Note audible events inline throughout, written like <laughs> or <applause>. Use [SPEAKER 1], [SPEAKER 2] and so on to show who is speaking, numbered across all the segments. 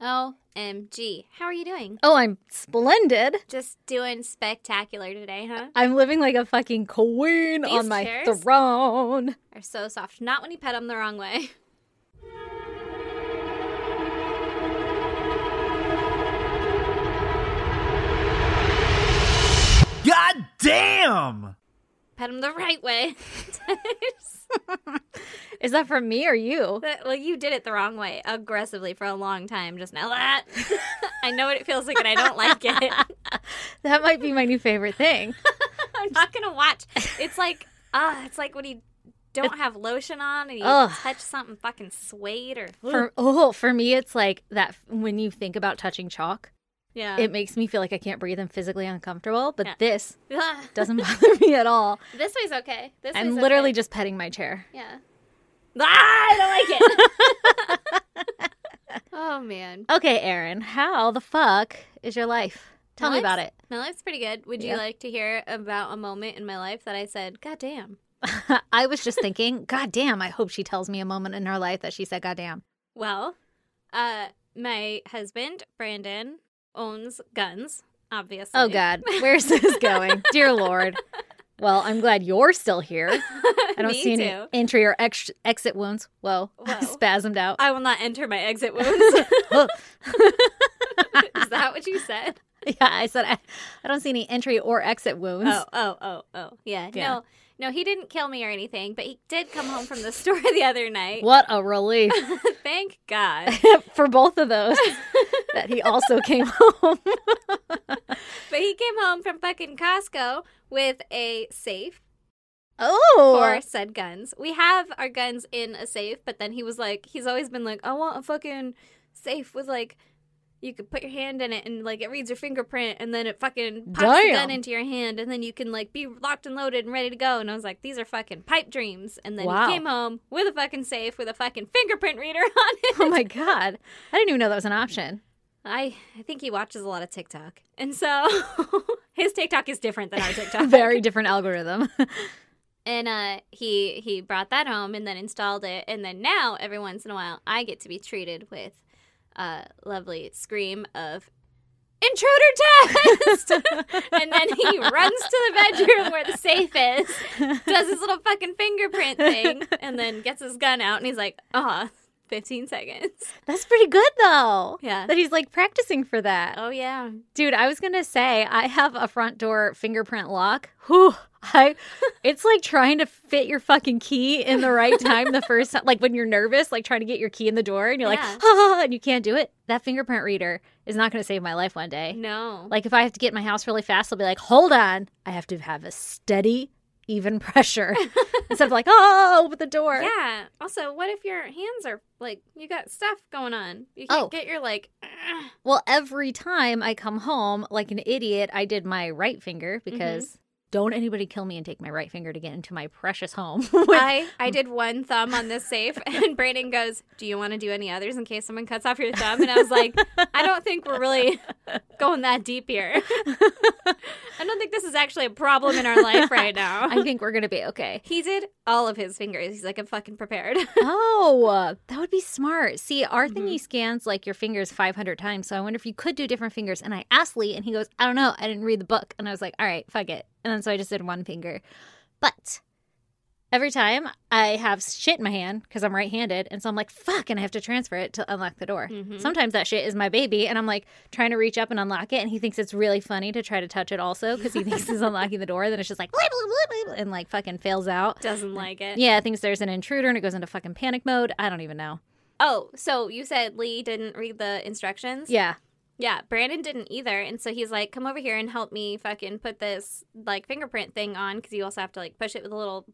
[SPEAKER 1] Oh. OMG. How are you doing?
[SPEAKER 2] Oh, I'm splendid.
[SPEAKER 1] Just doing spectacular today, huh?
[SPEAKER 2] I'm living like a fucking queen
[SPEAKER 1] These
[SPEAKER 2] on my
[SPEAKER 1] chairs?
[SPEAKER 2] throne.
[SPEAKER 1] Are so soft. Not when you pet them the wrong way. <laughs>
[SPEAKER 3] God
[SPEAKER 2] <laughs>
[SPEAKER 3] damn!
[SPEAKER 1] Pet them the right way.
[SPEAKER 2] Is that for me or you?
[SPEAKER 1] <laughs> <laughs> But- well, you did it the wrong way aggressively for a long time. Just now <laughs> that. I know what it feels like and I don't like it.
[SPEAKER 2] That might be my new favorite thing.
[SPEAKER 1] <laughs> I'm not going to watch. It's like, ah, it's like when you don't have lotion on and you
[SPEAKER 2] Ugh.
[SPEAKER 1] touch something fucking suede or. <laughs>
[SPEAKER 2] For, oh, for me, it's like that when you think about touching chalk,
[SPEAKER 1] yeah. <laughs>
[SPEAKER 2] it makes me feel like I can't breathe and physically uncomfortable. But
[SPEAKER 1] Uh-huh. Yeah. <laughs>
[SPEAKER 2] this
[SPEAKER 1] Ugh.
[SPEAKER 2] doesn't bother me at all.
[SPEAKER 1] This way's okay. This
[SPEAKER 2] I'm
[SPEAKER 1] way's
[SPEAKER 2] literally
[SPEAKER 1] okay.
[SPEAKER 2] just petting my chair.
[SPEAKER 1] yeah. Ah, I don't like it. <laughs>
[SPEAKER 2] <laughs>
[SPEAKER 1] oh man.
[SPEAKER 2] Okay, Aaron, how the fuck is your life? Tell
[SPEAKER 1] My
[SPEAKER 2] me about it.
[SPEAKER 1] life's- My life's pretty good. Would
[SPEAKER 2] Yeah.
[SPEAKER 1] you like to hear about a moment in my life that I said, "God damn"?
[SPEAKER 2] <laughs> I was just thinking, God damn, I hope she tells me a moment in her life that she said, God damn.
[SPEAKER 1] Well, uh, my husband Brandon owns guns. Obviously.
[SPEAKER 2] Oh
[SPEAKER 1] <laughs>
[SPEAKER 2] God, where's this going, dear Lord? Well, I'm glad you're still
[SPEAKER 1] <laughs>
[SPEAKER 2] here. I don't
[SPEAKER 1] Me
[SPEAKER 2] see any
[SPEAKER 1] too.
[SPEAKER 2] entry or ex- exit wounds. Whoa, <laughs>
[SPEAKER 1] Whoa.
[SPEAKER 2] spasmed
[SPEAKER 1] <laughs>
[SPEAKER 2] out.
[SPEAKER 1] I will not enter my
[SPEAKER 2] <laughs>
[SPEAKER 1] exit wounds.
[SPEAKER 2] Oh,
[SPEAKER 1] Is that what you said?
[SPEAKER 2] <laughs> yeah, I said I, I don't see any entry or exit wounds.
[SPEAKER 1] Oh, oh, oh, oh. Yeah.
[SPEAKER 2] Yeah.
[SPEAKER 1] No, no, he didn't kill me or anything, but he did come home from the store <laughs> the other night.
[SPEAKER 2] What a relief <laughs>
[SPEAKER 1] Thank God.
[SPEAKER 2] for both of
[SPEAKER 1] <laughs>
[SPEAKER 2] those that he also came <laughs> home.
[SPEAKER 1] But he came home from fucking Costco with a safe
[SPEAKER 2] Oh,
[SPEAKER 1] for said guns. We have our guns in a safe, but then he was like, he's always been like, I want a fucking safe with like, you could put your hand in it and like it reads your fingerprint and then it fucking pops the
[SPEAKER 2] Damn.
[SPEAKER 1] gun into your hand and then you can like be locked and loaded and ready to go. And I was like, these are fucking pipe dreams. And then
[SPEAKER 2] Wow.
[SPEAKER 1] he came home with a fucking safe with a fucking fingerprint reader <laughs> on it.
[SPEAKER 2] oh my God, I didn't even know that was an option.
[SPEAKER 1] <laughs> I, I think he watches a lot of TikTok. And so <laughs> his TikTok is different than
[SPEAKER 2] <laughs>
[SPEAKER 1] our TikTok.
[SPEAKER 2] Very different algorithm. <laughs>
[SPEAKER 1] and uh he he brought that home and then installed it and then now every once in a while i get to be treated with a lovely scream of intruder test
[SPEAKER 2] <laughs>
[SPEAKER 1] and then he runs to the bedroom where the safe is does his little fucking fingerprint thing and then gets his gun out and he's like ah 15 seconds
[SPEAKER 2] <laughs> That's pretty good though.
[SPEAKER 1] Yeah.
[SPEAKER 2] that he's like practicing for that.
[SPEAKER 1] oh yeah
[SPEAKER 2] Dude, I was gonna say I have a front door fingerprint lock. Whew,
[SPEAKER 1] <laughs>
[SPEAKER 2] I it's like trying to fit your fucking key in the right time the first time. Like when you're nervous, like trying to get your key in the door and you're
[SPEAKER 1] Yeah.
[SPEAKER 2] like, ah, and you can't do it. That fingerprint reader is not gonna save my life one day.
[SPEAKER 1] no
[SPEAKER 2] Like if I have to get in my house really fast, I'll be like, hold on, I have to have a steady, even
[SPEAKER 1] <laughs>
[SPEAKER 2] pressure. Instead of like, oh, open the door.
[SPEAKER 1] yeah also what if your hands are like you got stuff going on you can't
[SPEAKER 2] Oh.
[SPEAKER 1] get your like "Ugh."
[SPEAKER 2] Well, every time I come home like an idiot, I did my right finger because don't anybody kill me and take my right finger to get into my precious home. <laughs> With-
[SPEAKER 1] I, I did one thumb on this safe, <laughs> and Brandon goes, Do you want to do any others in case someone cuts off your thumb? And I was like, I don't think
[SPEAKER 2] <laughs>
[SPEAKER 1] we're really going that deep here. <laughs> I don't think this is actually a problem in our life right now.
[SPEAKER 2] <laughs> I think we're going to be okay.
[SPEAKER 1] he did all of his fingers. He's like, I'm fucking prepared.
[SPEAKER 2] <laughs> Oh, uh, that would be smart. See, our thingy scans like your fingers 500 times. So I wonder if you could do different fingers. And I asked Lee, and he goes, I don't know. I didn't read the book. And I was like, all right, fuck it. And then so I just did one finger. But every time I have shit in my hand because I'm right handed. And so I'm like, fuck. And I have to transfer it to unlock the door.
[SPEAKER 1] Mhm.
[SPEAKER 2] Sometimes that shit is my baby. And I'm like trying to reach up and unlock it. And he thinks it's really funny to try to touch it also because he thinks he's unlocking the door. Then it's just like, <laughs> and like fucking fails out.
[SPEAKER 1] <laughs> Doesn't like it.
[SPEAKER 2] Yeah, thinks there's an intruder and it goes into fucking panic mode. I don't even know.
[SPEAKER 1] Oh, so you said Lee didn't read the instructions?
[SPEAKER 2] Yeah.
[SPEAKER 1] Yeah, Brandon didn't either, and so he's like, "Come over here and help me fucking put this like fingerprint thing on, because you also have to like push it with a little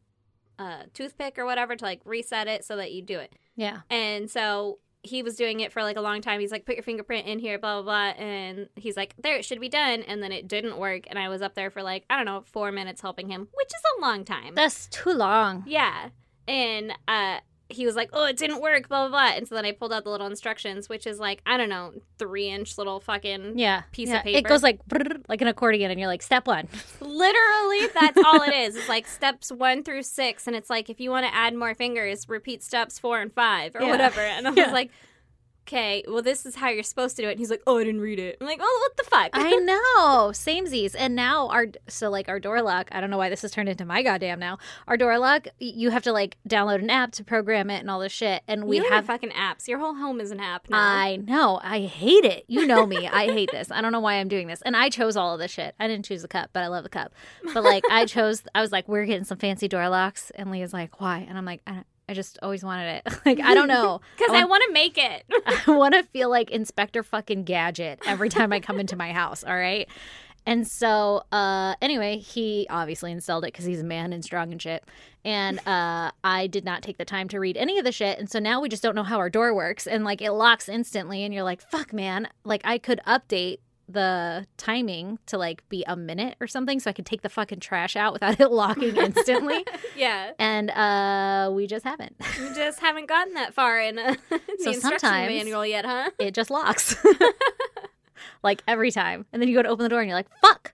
[SPEAKER 1] uh, toothpick or whatever to like reset it so that you do it."
[SPEAKER 2] Yeah.
[SPEAKER 1] And so he was doing it for like a long time. He's like, "Put your fingerprint in here, blah blah blah," and he's like, "There, it should be done." And then it didn't work, and I was up there for like I don't know four minutes helping him, which is a long time.
[SPEAKER 2] That's too long.
[SPEAKER 1] Yeah. And uh he was like, Oh, it didn't work, blah blah blah. And so then I pulled out the little instructions, which is like, I don't know, three inch little fucking
[SPEAKER 2] Yeah.
[SPEAKER 1] Piece
[SPEAKER 2] Yeah.
[SPEAKER 1] of
[SPEAKER 2] It
[SPEAKER 1] paper.
[SPEAKER 2] goes like brrr, like an accordion and you're like, step one.
[SPEAKER 1] literally that's all it is. It's like steps one through six and it's like if you want to add more fingers, repeat steps four and five or
[SPEAKER 2] Yeah.
[SPEAKER 1] whatever. And I was
[SPEAKER 2] Yeah.
[SPEAKER 1] like, okay, well, this is how you're supposed to do it. And he's like, oh, I didn't read it. I'm like, oh, what the fuck?
[SPEAKER 2] <laughs>
[SPEAKER 1] <laughs>
[SPEAKER 2] I know, samesies. And now our so like our door lock. I don't know why this has turned into my goddamn now. Our door lock. y- You have to like download an app to program it and all this shit. And we
[SPEAKER 1] you
[SPEAKER 2] have.
[SPEAKER 1] fucking apps. Your whole home is an app now.
[SPEAKER 2] I know. I hate it. You know me. I hate this. I don't know why I'm doing this. And I chose all of this shit. I didn't choose the cup, but I love the cup. But like, I chose. I was like, we're getting some fancy door locks, and Leah's like, why? And I'm like, I, don't- I just always wanted it. <laughs> like, I don't know.
[SPEAKER 1] Because
[SPEAKER 2] I
[SPEAKER 1] I want to
[SPEAKER 2] <laughs>
[SPEAKER 1] make it.
[SPEAKER 2] I want to feel like Inspector fucking Gadget every time I come into my house, all right? And so, uh, anyway, he obviously installed it because he's a man and strong and shit. And uh, I did not take the time to read any of the shit. And so now we just don't know how our door works. And like it locks instantly. And you're like, fuck, man. Like I could update the timing to like be a minute or something so I could take the fucking trash out without it locking instantly.
[SPEAKER 1] yeah.
[SPEAKER 2] and uh, we just haven't.
[SPEAKER 1] You just haven't gotten that far in uh, <laughs> the
[SPEAKER 2] So
[SPEAKER 1] instruction
[SPEAKER 2] sometimes-
[SPEAKER 1] manual yet, huh?
[SPEAKER 2] it just locks. <laughs> like every time. And then you go to open the door and you're like, fuck.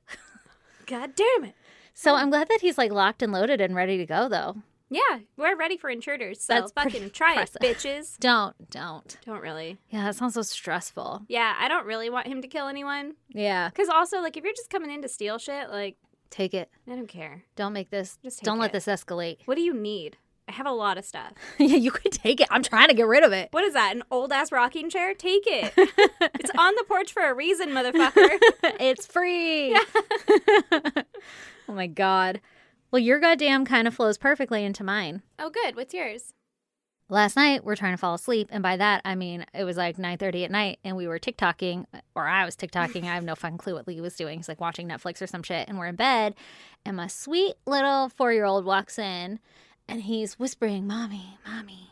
[SPEAKER 1] God damn it.
[SPEAKER 2] So I'm glad that he's like locked and loaded and ready to go though.
[SPEAKER 1] Yeah, we're ready for intruders. So
[SPEAKER 2] That's pretty
[SPEAKER 1] fucking try
[SPEAKER 2] impressive.
[SPEAKER 1] it, bitches.
[SPEAKER 2] Don't, don't.
[SPEAKER 1] Don't really.
[SPEAKER 2] Yeah, that sounds so stressful.
[SPEAKER 1] Yeah, I don't really want him to kill anyone.
[SPEAKER 2] Yeah.
[SPEAKER 1] Because also, like, if you're just coming in to steal shit, like,
[SPEAKER 2] Take it.
[SPEAKER 1] I don't care.
[SPEAKER 2] Don't make this.
[SPEAKER 1] Just take
[SPEAKER 2] don't let
[SPEAKER 1] it.
[SPEAKER 2] this escalate. <laughs>
[SPEAKER 1] What do you need? I have a lot of stuff.
[SPEAKER 2] yeah, you could take it. I'm trying to get rid of it.
[SPEAKER 1] What is that? An old ass rocking chair? Take it. it's on the porch for a reason,
[SPEAKER 2] <laughs>
[SPEAKER 1] motherfucker.
[SPEAKER 2] <laughs> it's free. <laughs> oh my God. Well, your goddamn kind of flows perfectly into mine.
[SPEAKER 1] oh, good. What's yours?
[SPEAKER 2] last night we're trying to fall asleep and by that i mean it was like 9.30 at night and we were tiktoking or i was tiktoking i have no fucking clue what lee was doing he's like watching netflix or some shit and we're in bed and my sweet little four-year-old walks in and he's whispering mommy mommy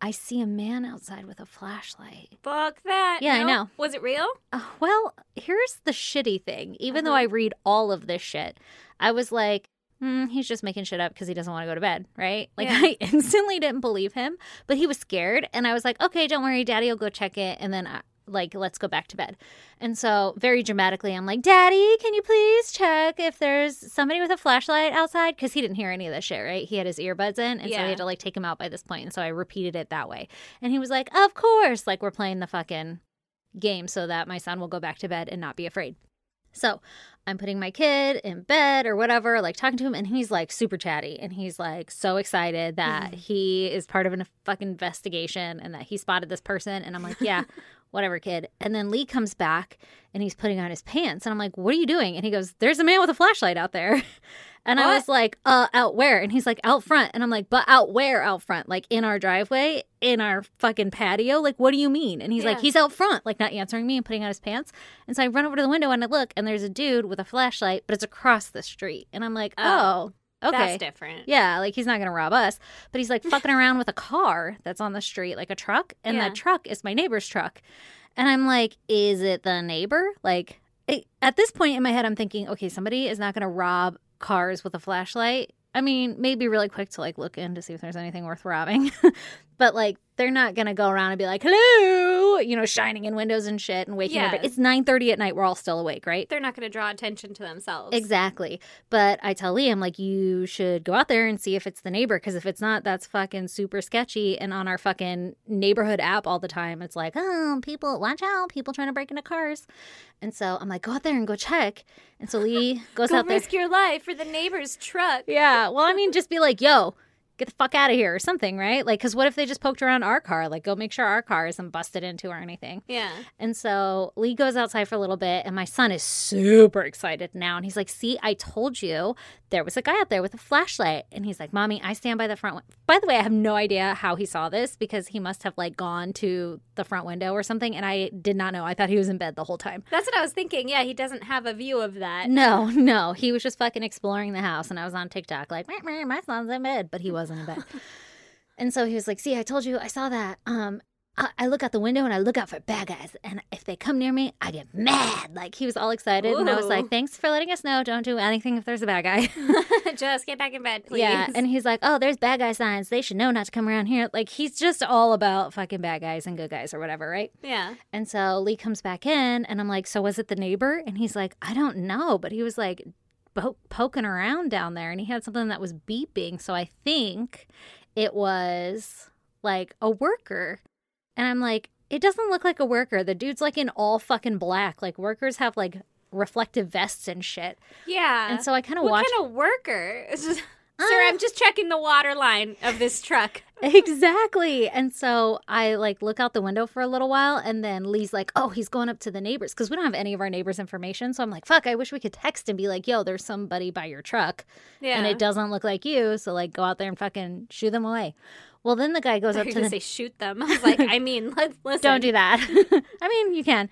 [SPEAKER 2] i see a man outside with a flashlight
[SPEAKER 1] Fuck that.
[SPEAKER 2] Yeah, I
[SPEAKER 1] Nope.
[SPEAKER 2] know.
[SPEAKER 1] Was it real?
[SPEAKER 2] uh, well, here's the shitty thing. Even though
[SPEAKER 1] Uh-huh.
[SPEAKER 2] I read all of this shit, I was like, "Hmm, he's just making shit up because he doesn't want to go to bed, right? Like,
[SPEAKER 1] Yeah.
[SPEAKER 2] <laughs> I instantly didn't believe him, but he was scared. And I was like, okay, don't worry. Daddy will go check it. And then, I, like, let's go back to bed. And so, very dramatically, I'm like, Daddy, can you please check if there's somebody with a flashlight outside? Because he didn't hear any of this shit, right? He had his earbuds in. And so,
[SPEAKER 1] Yeah.
[SPEAKER 2] we had to, like, take him out by this point. And so, I repeated it that way. And he was like, Of course. Like, we're playing the fucking game so that my son will go back to bed and not be afraid. So I'm putting my kid in bed or whatever, like talking to him, and he's like super chatty and he's like so excited
[SPEAKER 1] Mm-hmm.
[SPEAKER 2] that he is part of a fucking investigation and that he spotted this person. And I'm
[SPEAKER 1] <laughs>
[SPEAKER 2] like, yeah, whatever, kid. And then Lee comes back and he's putting on his pants. And I'm like, what are you doing? And he goes, there's a man with a flashlight out there. <laughs> And I
[SPEAKER 1] What?
[SPEAKER 2] was like, uh, out where? And he's like, out front. And I'm like, but out where out front? Like in our driveway, in our fucking patio? Like, what do you mean? And he's like,
[SPEAKER 1] Yeah.
[SPEAKER 2] he's out front, like not answering me and putting on his pants. And so I run over to the window and I look, and there's a dude with a flashlight, but it's across the street. And I'm like, oh,
[SPEAKER 1] Oh,
[SPEAKER 2] okay.
[SPEAKER 1] That's different.
[SPEAKER 2] Yeah, like he's not gonna rob us, but he's like fucking around with a car that's on the street, like a truck, and
[SPEAKER 1] Yeah.
[SPEAKER 2] that truck is my neighbor's truck, and I'm like, is it the neighbor? Like it, at this point in my head, I'm thinking, okay, somebody is not gonna rob cars with a flashlight. I mean, maybe really quick to like look in to see if there's anything worth robbing, <laughs> but like they're not gonna go around and be like, hello, you know, shining in windows and shit and waking up.
[SPEAKER 1] Yeah.
[SPEAKER 2] It's nine thirty at night. We're all still awake, right?
[SPEAKER 1] They're not going to draw attention to themselves.
[SPEAKER 2] Exactly. But I tell Lee, I'm like, you should go out there and see if it's the neighbor. Because if it's not, that's fucking super sketchy. And on our fucking neighborhood app all the time, it's like, oh, people, watch out, people trying to break into cars. And so I'm like, go out there and go check. And so Lee goes
[SPEAKER 1] Go
[SPEAKER 2] out there.
[SPEAKER 1] risk your life for the neighbor's truck.
[SPEAKER 2] <laughs> Yeah. Well, I mean, just be like, yo, get the fuck out of here or something, right? Like, because what if they just poked around our car? Like, go make sure our car isn't busted into or anything.
[SPEAKER 1] Yeah.
[SPEAKER 2] And so Lee goes outside for a little bit, and my son is super excited now. And he's like, "See, I told you there was a guy out there with a flashlight." And he's like, "Mommy, I stand by the front." Win-. By the way, I have no idea how he saw this because he must have like gone to the front window or something, and I did not know. I thought he was in bed the whole time.
[SPEAKER 1] That's what I was thinking. Yeah, he doesn't have a view of that.
[SPEAKER 2] <laughs>
[SPEAKER 1] <laughs>
[SPEAKER 2] No, no, he was just fucking exploring the house, and I was on TikTok like, "Meh, meh, "My son's in bed," but he wasn't in bed. and so he was like, "See, I told you, I saw that." Um, I, I look out the window and I look out for bad guys, and if they come near me, I get mad. Like he was all excited, and I was
[SPEAKER 1] Ooh.
[SPEAKER 2] like, "Thanks for letting us know. Don't do anything if there's a bad guy." <laughs>
[SPEAKER 1] Just get back in bed, please.
[SPEAKER 2] Yeah, and he's like, "Oh, there's bad guy signs. They should know not to come around here." Like he's just all about fucking bad guys and good guys or whatever, right?
[SPEAKER 1] yeah.
[SPEAKER 2] And so Lee comes back in, and I'm like, "So was it the neighbor?" And he's like, "I don't know," but he was like po- poking around down there, and he had something that was beeping. So I think it was like a worker. And I'm like, It doesn't look like a worker. The dude's like in all fucking black. Like workers have like reflective vests and shit.
[SPEAKER 1] Yeah.
[SPEAKER 2] And so I kind of
[SPEAKER 1] what
[SPEAKER 2] watched.
[SPEAKER 1] kind of worker? <laughs> It's just- ah. Sir, I'm just checking the water line of this truck.
[SPEAKER 2] Exactly. And so I like look out the window for a little while and then Lee's like, "Oh, he's going up to the neighbors because we don't have any of our neighbors information." So I'm like, "Fuck, I wish we could text and be like, "Yo, there's somebody by your truck."
[SPEAKER 1] <laughs> Yeah.
[SPEAKER 2] And it
[SPEAKER 1] <laughs>
[SPEAKER 2] doesn't look like you, so like go out there and fucking shoo them away. Well, then the guy
[SPEAKER 1] <laughs>
[SPEAKER 2] goes
[SPEAKER 1] I
[SPEAKER 2] up
[SPEAKER 1] was
[SPEAKER 2] to
[SPEAKER 1] gonna
[SPEAKER 2] the
[SPEAKER 1] say shoot them. <laughs> I
[SPEAKER 2] <laughs>
[SPEAKER 1] was like, I mean, let's listen.
[SPEAKER 2] Don't do that. <laughs> I mean, you can.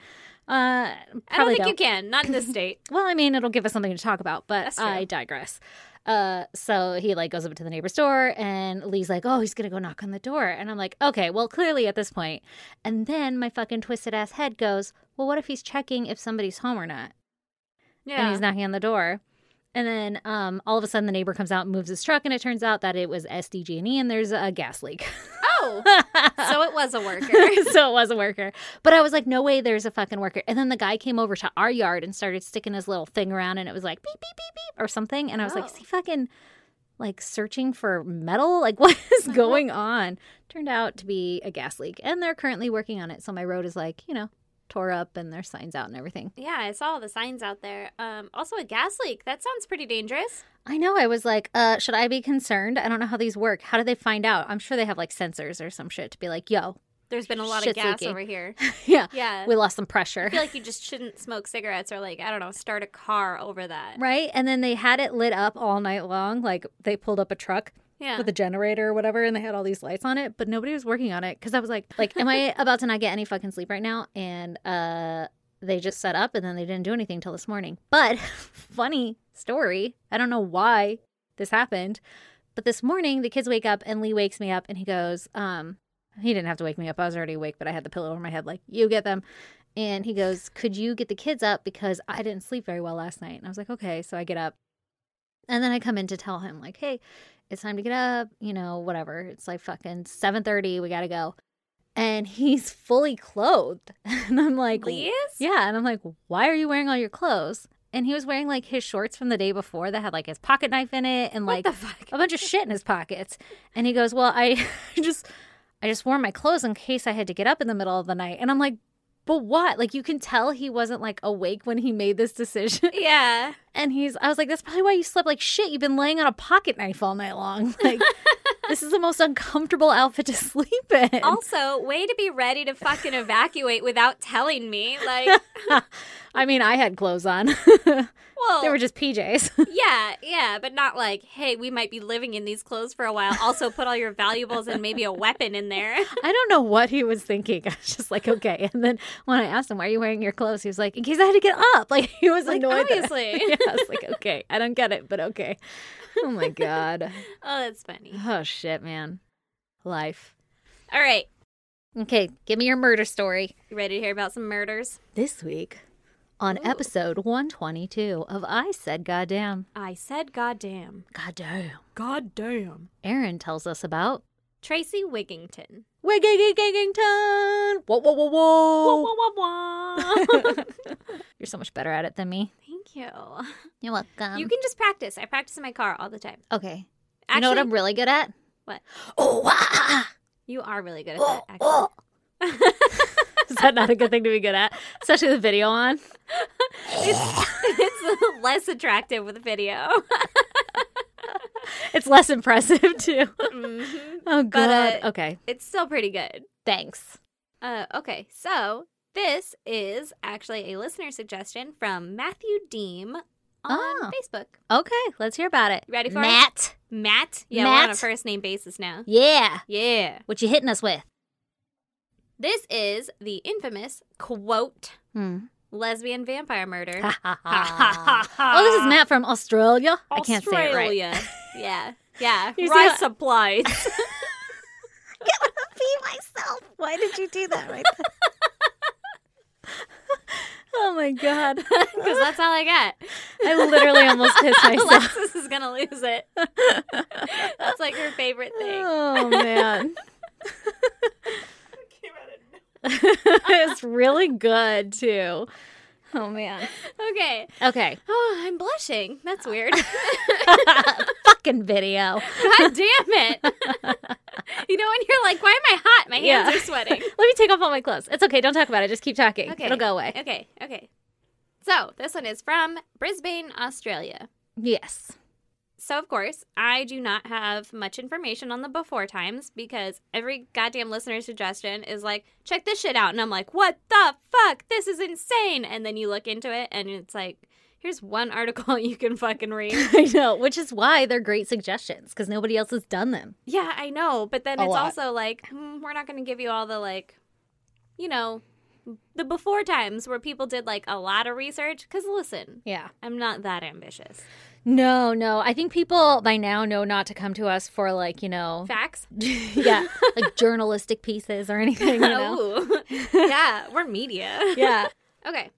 [SPEAKER 2] Uh
[SPEAKER 1] I don't
[SPEAKER 2] probably
[SPEAKER 1] think you can. Not
[SPEAKER 2] <laughs>
[SPEAKER 1] in this state.
[SPEAKER 2] well, I mean, it'll give us something to talk about, but
[SPEAKER 1] That's true.
[SPEAKER 2] I digress. Uh, so he like goes up to the neighbor's door, and Lee's like, "Oh, he's gonna go knock on the door," and I'm like, "Okay, well, clearly at this point." And then my fucking twisted ass head goes, "Well, what if he's checking if somebody's home or not?" And
[SPEAKER 1] Yeah.
[SPEAKER 2] he's knocking on the door, and then um, all of a sudden the neighbor comes out, and moves his truck, and it turns out that it was SDG&E, and there's a gas leak. <laughs>
[SPEAKER 1] oh, so it was a worker.
[SPEAKER 2] so <laughs> it was a worker. But I was like, no way there's a fucking worker. And then the guy came over to our yard and started sticking his little thing around and it was like beep, beep, beep, beep, or something. And I was like,
[SPEAKER 1] Oh.
[SPEAKER 2] is he fucking like searching for metal? <laughs> Like, what is going on? Turned out to be a gas leak. And they're currently working on it. So my road is like, you know, tore up and there's signs out and everything.
[SPEAKER 1] <laughs> Yeah, I saw all the signs out there. Um, also, a gas leak. That sounds pretty dangerous.
[SPEAKER 2] I know. I was like, uh, should I be concerned? I don't know how these work. How do they find out? I'm sure they have like sensors or some shit to be like, yo, <laughs>
[SPEAKER 1] There's been a lot
[SPEAKER 2] Shit's
[SPEAKER 1] of gas
[SPEAKER 2] leaking.
[SPEAKER 1] over
[SPEAKER 2] <laughs>
[SPEAKER 1] here.
[SPEAKER 2] yeah,
[SPEAKER 1] Yeah.
[SPEAKER 2] we lost some pressure.
[SPEAKER 1] I feel like you just shouldn't smoke cigarettes or, like, I don't know, start a car over that.
[SPEAKER 2] Right? And then they had it lit up all night long. Like they pulled up a truck
[SPEAKER 1] Yeah.
[SPEAKER 2] with a generator or whatever and they had all these lights on it, but nobody was working on it cuz I was like <laughs> like am I about to not get any fucking sleep right now? And uh they just set up and then they didn't do anything till this morning. But <laughs> funny story, I don't know why this happened, but this morning the kids wake up and Lee wakes me up and he goes um he didn't have to wake me up. I was already awake, but I had the pillow over my head like you get them. And he goes, Could you get the kids up? Because I didn't sleep very well last night. And I was like, Okay. So I get up. And then I come in to tell him, like, hey, it's time to get up, you know, whatever. It's like fucking 7.30, we gotta go. And he's fully clothed. <laughs> And I'm like,
[SPEAKER 1] Leaves?
[SPEAKER 2] yeah. And I'm like, why are you wearing all your clothes? And he was wearing like his shorts from the day before that had like his pocket knife in it and like
[SPEAKER 1] what the fuck?
[SPEAKER 2] a bunch of shit in his pockets. And he goes, "Well, I <laughs> just I just wore my clothes in case I had to get up in the middle of the night." And I'm like, "But what?" Like you can tell he wasn't like awake when he made this decision. <laughs>
[SPEAKER 1] <laughs> Yeah.
[SPEAKER 2] And he's I was like, "That's probably why you slept like shit. You've been laying on a pocket knife all night long." <laughs> Like this is the most uncomfortable outfit to <laughs> sleep in.
[SPEAKER 1] Also, way to be ready to fucking evacuate without telling me.
[SPEAKER 2] <laughs>
[SPEAKER 1] Like,
[SPEAKER 2] I mean, I had clothes on. <laughs>
[SPEAKER 1] well,
[SPEAKER 2] they were just PJs.
[SPEAKER 1] yeah, yeah, but not like, hey, we might be living in these clothes for a while. Also, put all your valuables and maybe a weapon
[SPEAKER 2] <laughs>
[SPEAKER 1] in there. <laughs>
[SPEAKER 2] I don't know what he was thinking. <laughs> I was just like, okay. And then when I asked him, why are you wearing your clothes? He was like, in case I had to get up. <laughs> Like, he was
[SPEAKER 1] Like,
[SPEAKER 2] annoyed. that I- <laughs>
[SPEAKER 1] obviously.
[SPEAKER 2] yeah, I was like, okay, I don't get it, but okay. Oh my <laughs> God.
[SPEAKER 1] Oh, that's funny.
[SPEAKER 2] Oh shit, man. Life.
[SPEAKER 1] All right.
[SPEAKER 2] Okay, give me your murder story.
[SPEAKER 1] You ready to hear about some murders?
[SPEAKER 2] This week on episode 122 of I Said Goddamn.
[SPEAKER 1] I said, goddamn.
[SPEAKER 2] Goddamn.
[SPEAKER 1] Goddamn.
[SPEAKER 2] Aaron tells us about
[SPEAKER 1] Tracy Wigington.
[SPEAKER 2] Wiggington. Whoa, whoa, whoa, whoa.
[SPEAKER 1] Wah, wah, wah, wah.
[SPEAKER 2] <laughs> You're so much better at it than me.
[SPEAKER 1] Thank you.
[SPEAKER 2] You're welcome.
[SPEAKER 1] you can just practice. I practice in my car all the time.
[SPEAKER 2] okay.
[SPEAKER 1] Actually,
[SPEAKER 2] you know what I'm really good at?
[SPEAKER 1] What?
[SPEAKER 2] Oh, ah,
[SPEAKER 1] you are really good at
[SPEAKER 2] ah,
[SPEAKER 1] that,
[SPEAKER 2] oh,
[SPEAKER 1] actually.
[SPEAKER 2] <laughs> oh.
[SPEAKER 1] <laughs>
[SPEAKER 2] Is that not a good thing to be good at? Especially with video on. Oh,
[SPEAKER 1] <laughs> it's less attractive with video.
[SPEAKER 2] It's less impressive <laughs> too.
[SPEAKER 1] Mhm.
[SPEAKER 2] Oh god.
[SPEAKER 1] But, uh,
[SPEAKER 2] okay.
[SPEAKER 1] <laughs> It's still pretty good.
[SPEAKER 2] Thanks.
[SPEAKER 1] Uh, okay, so this is actually a listener suggestion from Matthew Deem on
[SPEAKER 2] Oh.
[SPEAKER 1] Facebook.
[SPEAKER 2] Okay, let's hear about it.
[SPEAKER 1] You ready for it?
[SPEAKER 2] Matt?
[SPEAKER 1] Matt? Yeah, we're on a
[SPEAKER 2] Matt?
[SPEAKER 1] first name basis now.
[SPEAKER 2] Yeah.
[SPEAKER 1] Yeah.
[SPEAKER 2] What you hitting us with?
[SPEAKER 1] This is the infamous quote
[SPEAKER 2] <laughs> Hmm.
[SPEAKER 1] lesbian vampire murder.
[SPEAKER 2] Ha, ha, ha. oh, this is Matt from Australia. I can't say it <laughs> right.
[SPEAKER 1] Australia. yeah. Yeah.
[SPEAKER 2] You see
[SPEAKER 1] Rice
[SPEAKER 2] what-
[SPEAKER 1] <laughs> supplies.
[SPEAKER 2] Be myself. Why did you do that right <laughs> Oh my god. <laughs>
[SPEAKER 1] Because that's all I got.
[SPEAKER 2] I literally almost <laughs> pissed myself.
[SPEAKER 1] Alexis is going to lose it.
[SPEAKER 2] <laughs>
[SPEAKER 1] that's like her favorite thing.
[SPEAKER 2] Oh <laughs> man. it's really good too. Oh man.
[SPEAKER 1] Okay.
[SPEAKER 2] Okay.
[SPEAKER 1] Oh, I'm blushing. <laughs> That's weird.
[SPEAKER 2] <laughs> Fucking video.
[SPEAKER 1] God damn it. You know, when you're like, why am I hot? My hands
[SPEAKER 2] Yeah. <laughs>
[SPEAKER 1] are sweating.
[SPEAKER 2] Let me take off all my clothes. It's okay. Don't talk about it. Just keep talking.
[SPEAKER 1] Okay.
[SPEAKER 2] It'll go away.
[SPEAKER 1] Okay, okay. So this one is from Brisbane, Australia.
[SPEAKER 2] Yes. <laughs>
[SPEAKER 1] So, of course, I do not have much information on the before times because every goddamn listener suggestion is like, check this shit out. And I'm like, what the fuck? This is insane. And then you look into it and it's like, here's one article <laughs> you can fucking read.
[SPEAKER 2] I know, which is why they're great suggestions because nobody else has done them.
[SPEAKER 1] yeah, I know. But then
[SPEAKER 2] A
[SPEAKER 1] it's
[SPEAKER 2] lot.
[SPEAKER 1] also like, hmm, we're not going to give you all the, like, you know, the before times where people did like a lot of research. Because listen,
[SPEAKER 2] Yeah.
[SPEAKER 1] I'm not that ambitious.
[SPEAKER 2] No, no. I think people by now know not to come to us for like, you know,
[SPEAKER 1] Facts?
[SPEAKER 2] <laughs> yeah, like journalistic pieces or anything, you <laughs> know.
[SPEAKER 1] <laughs> Ooh. yeah, we're media.
[SPEAKER 2] <laughs> yeah.
[SPEAKER 1] Okay.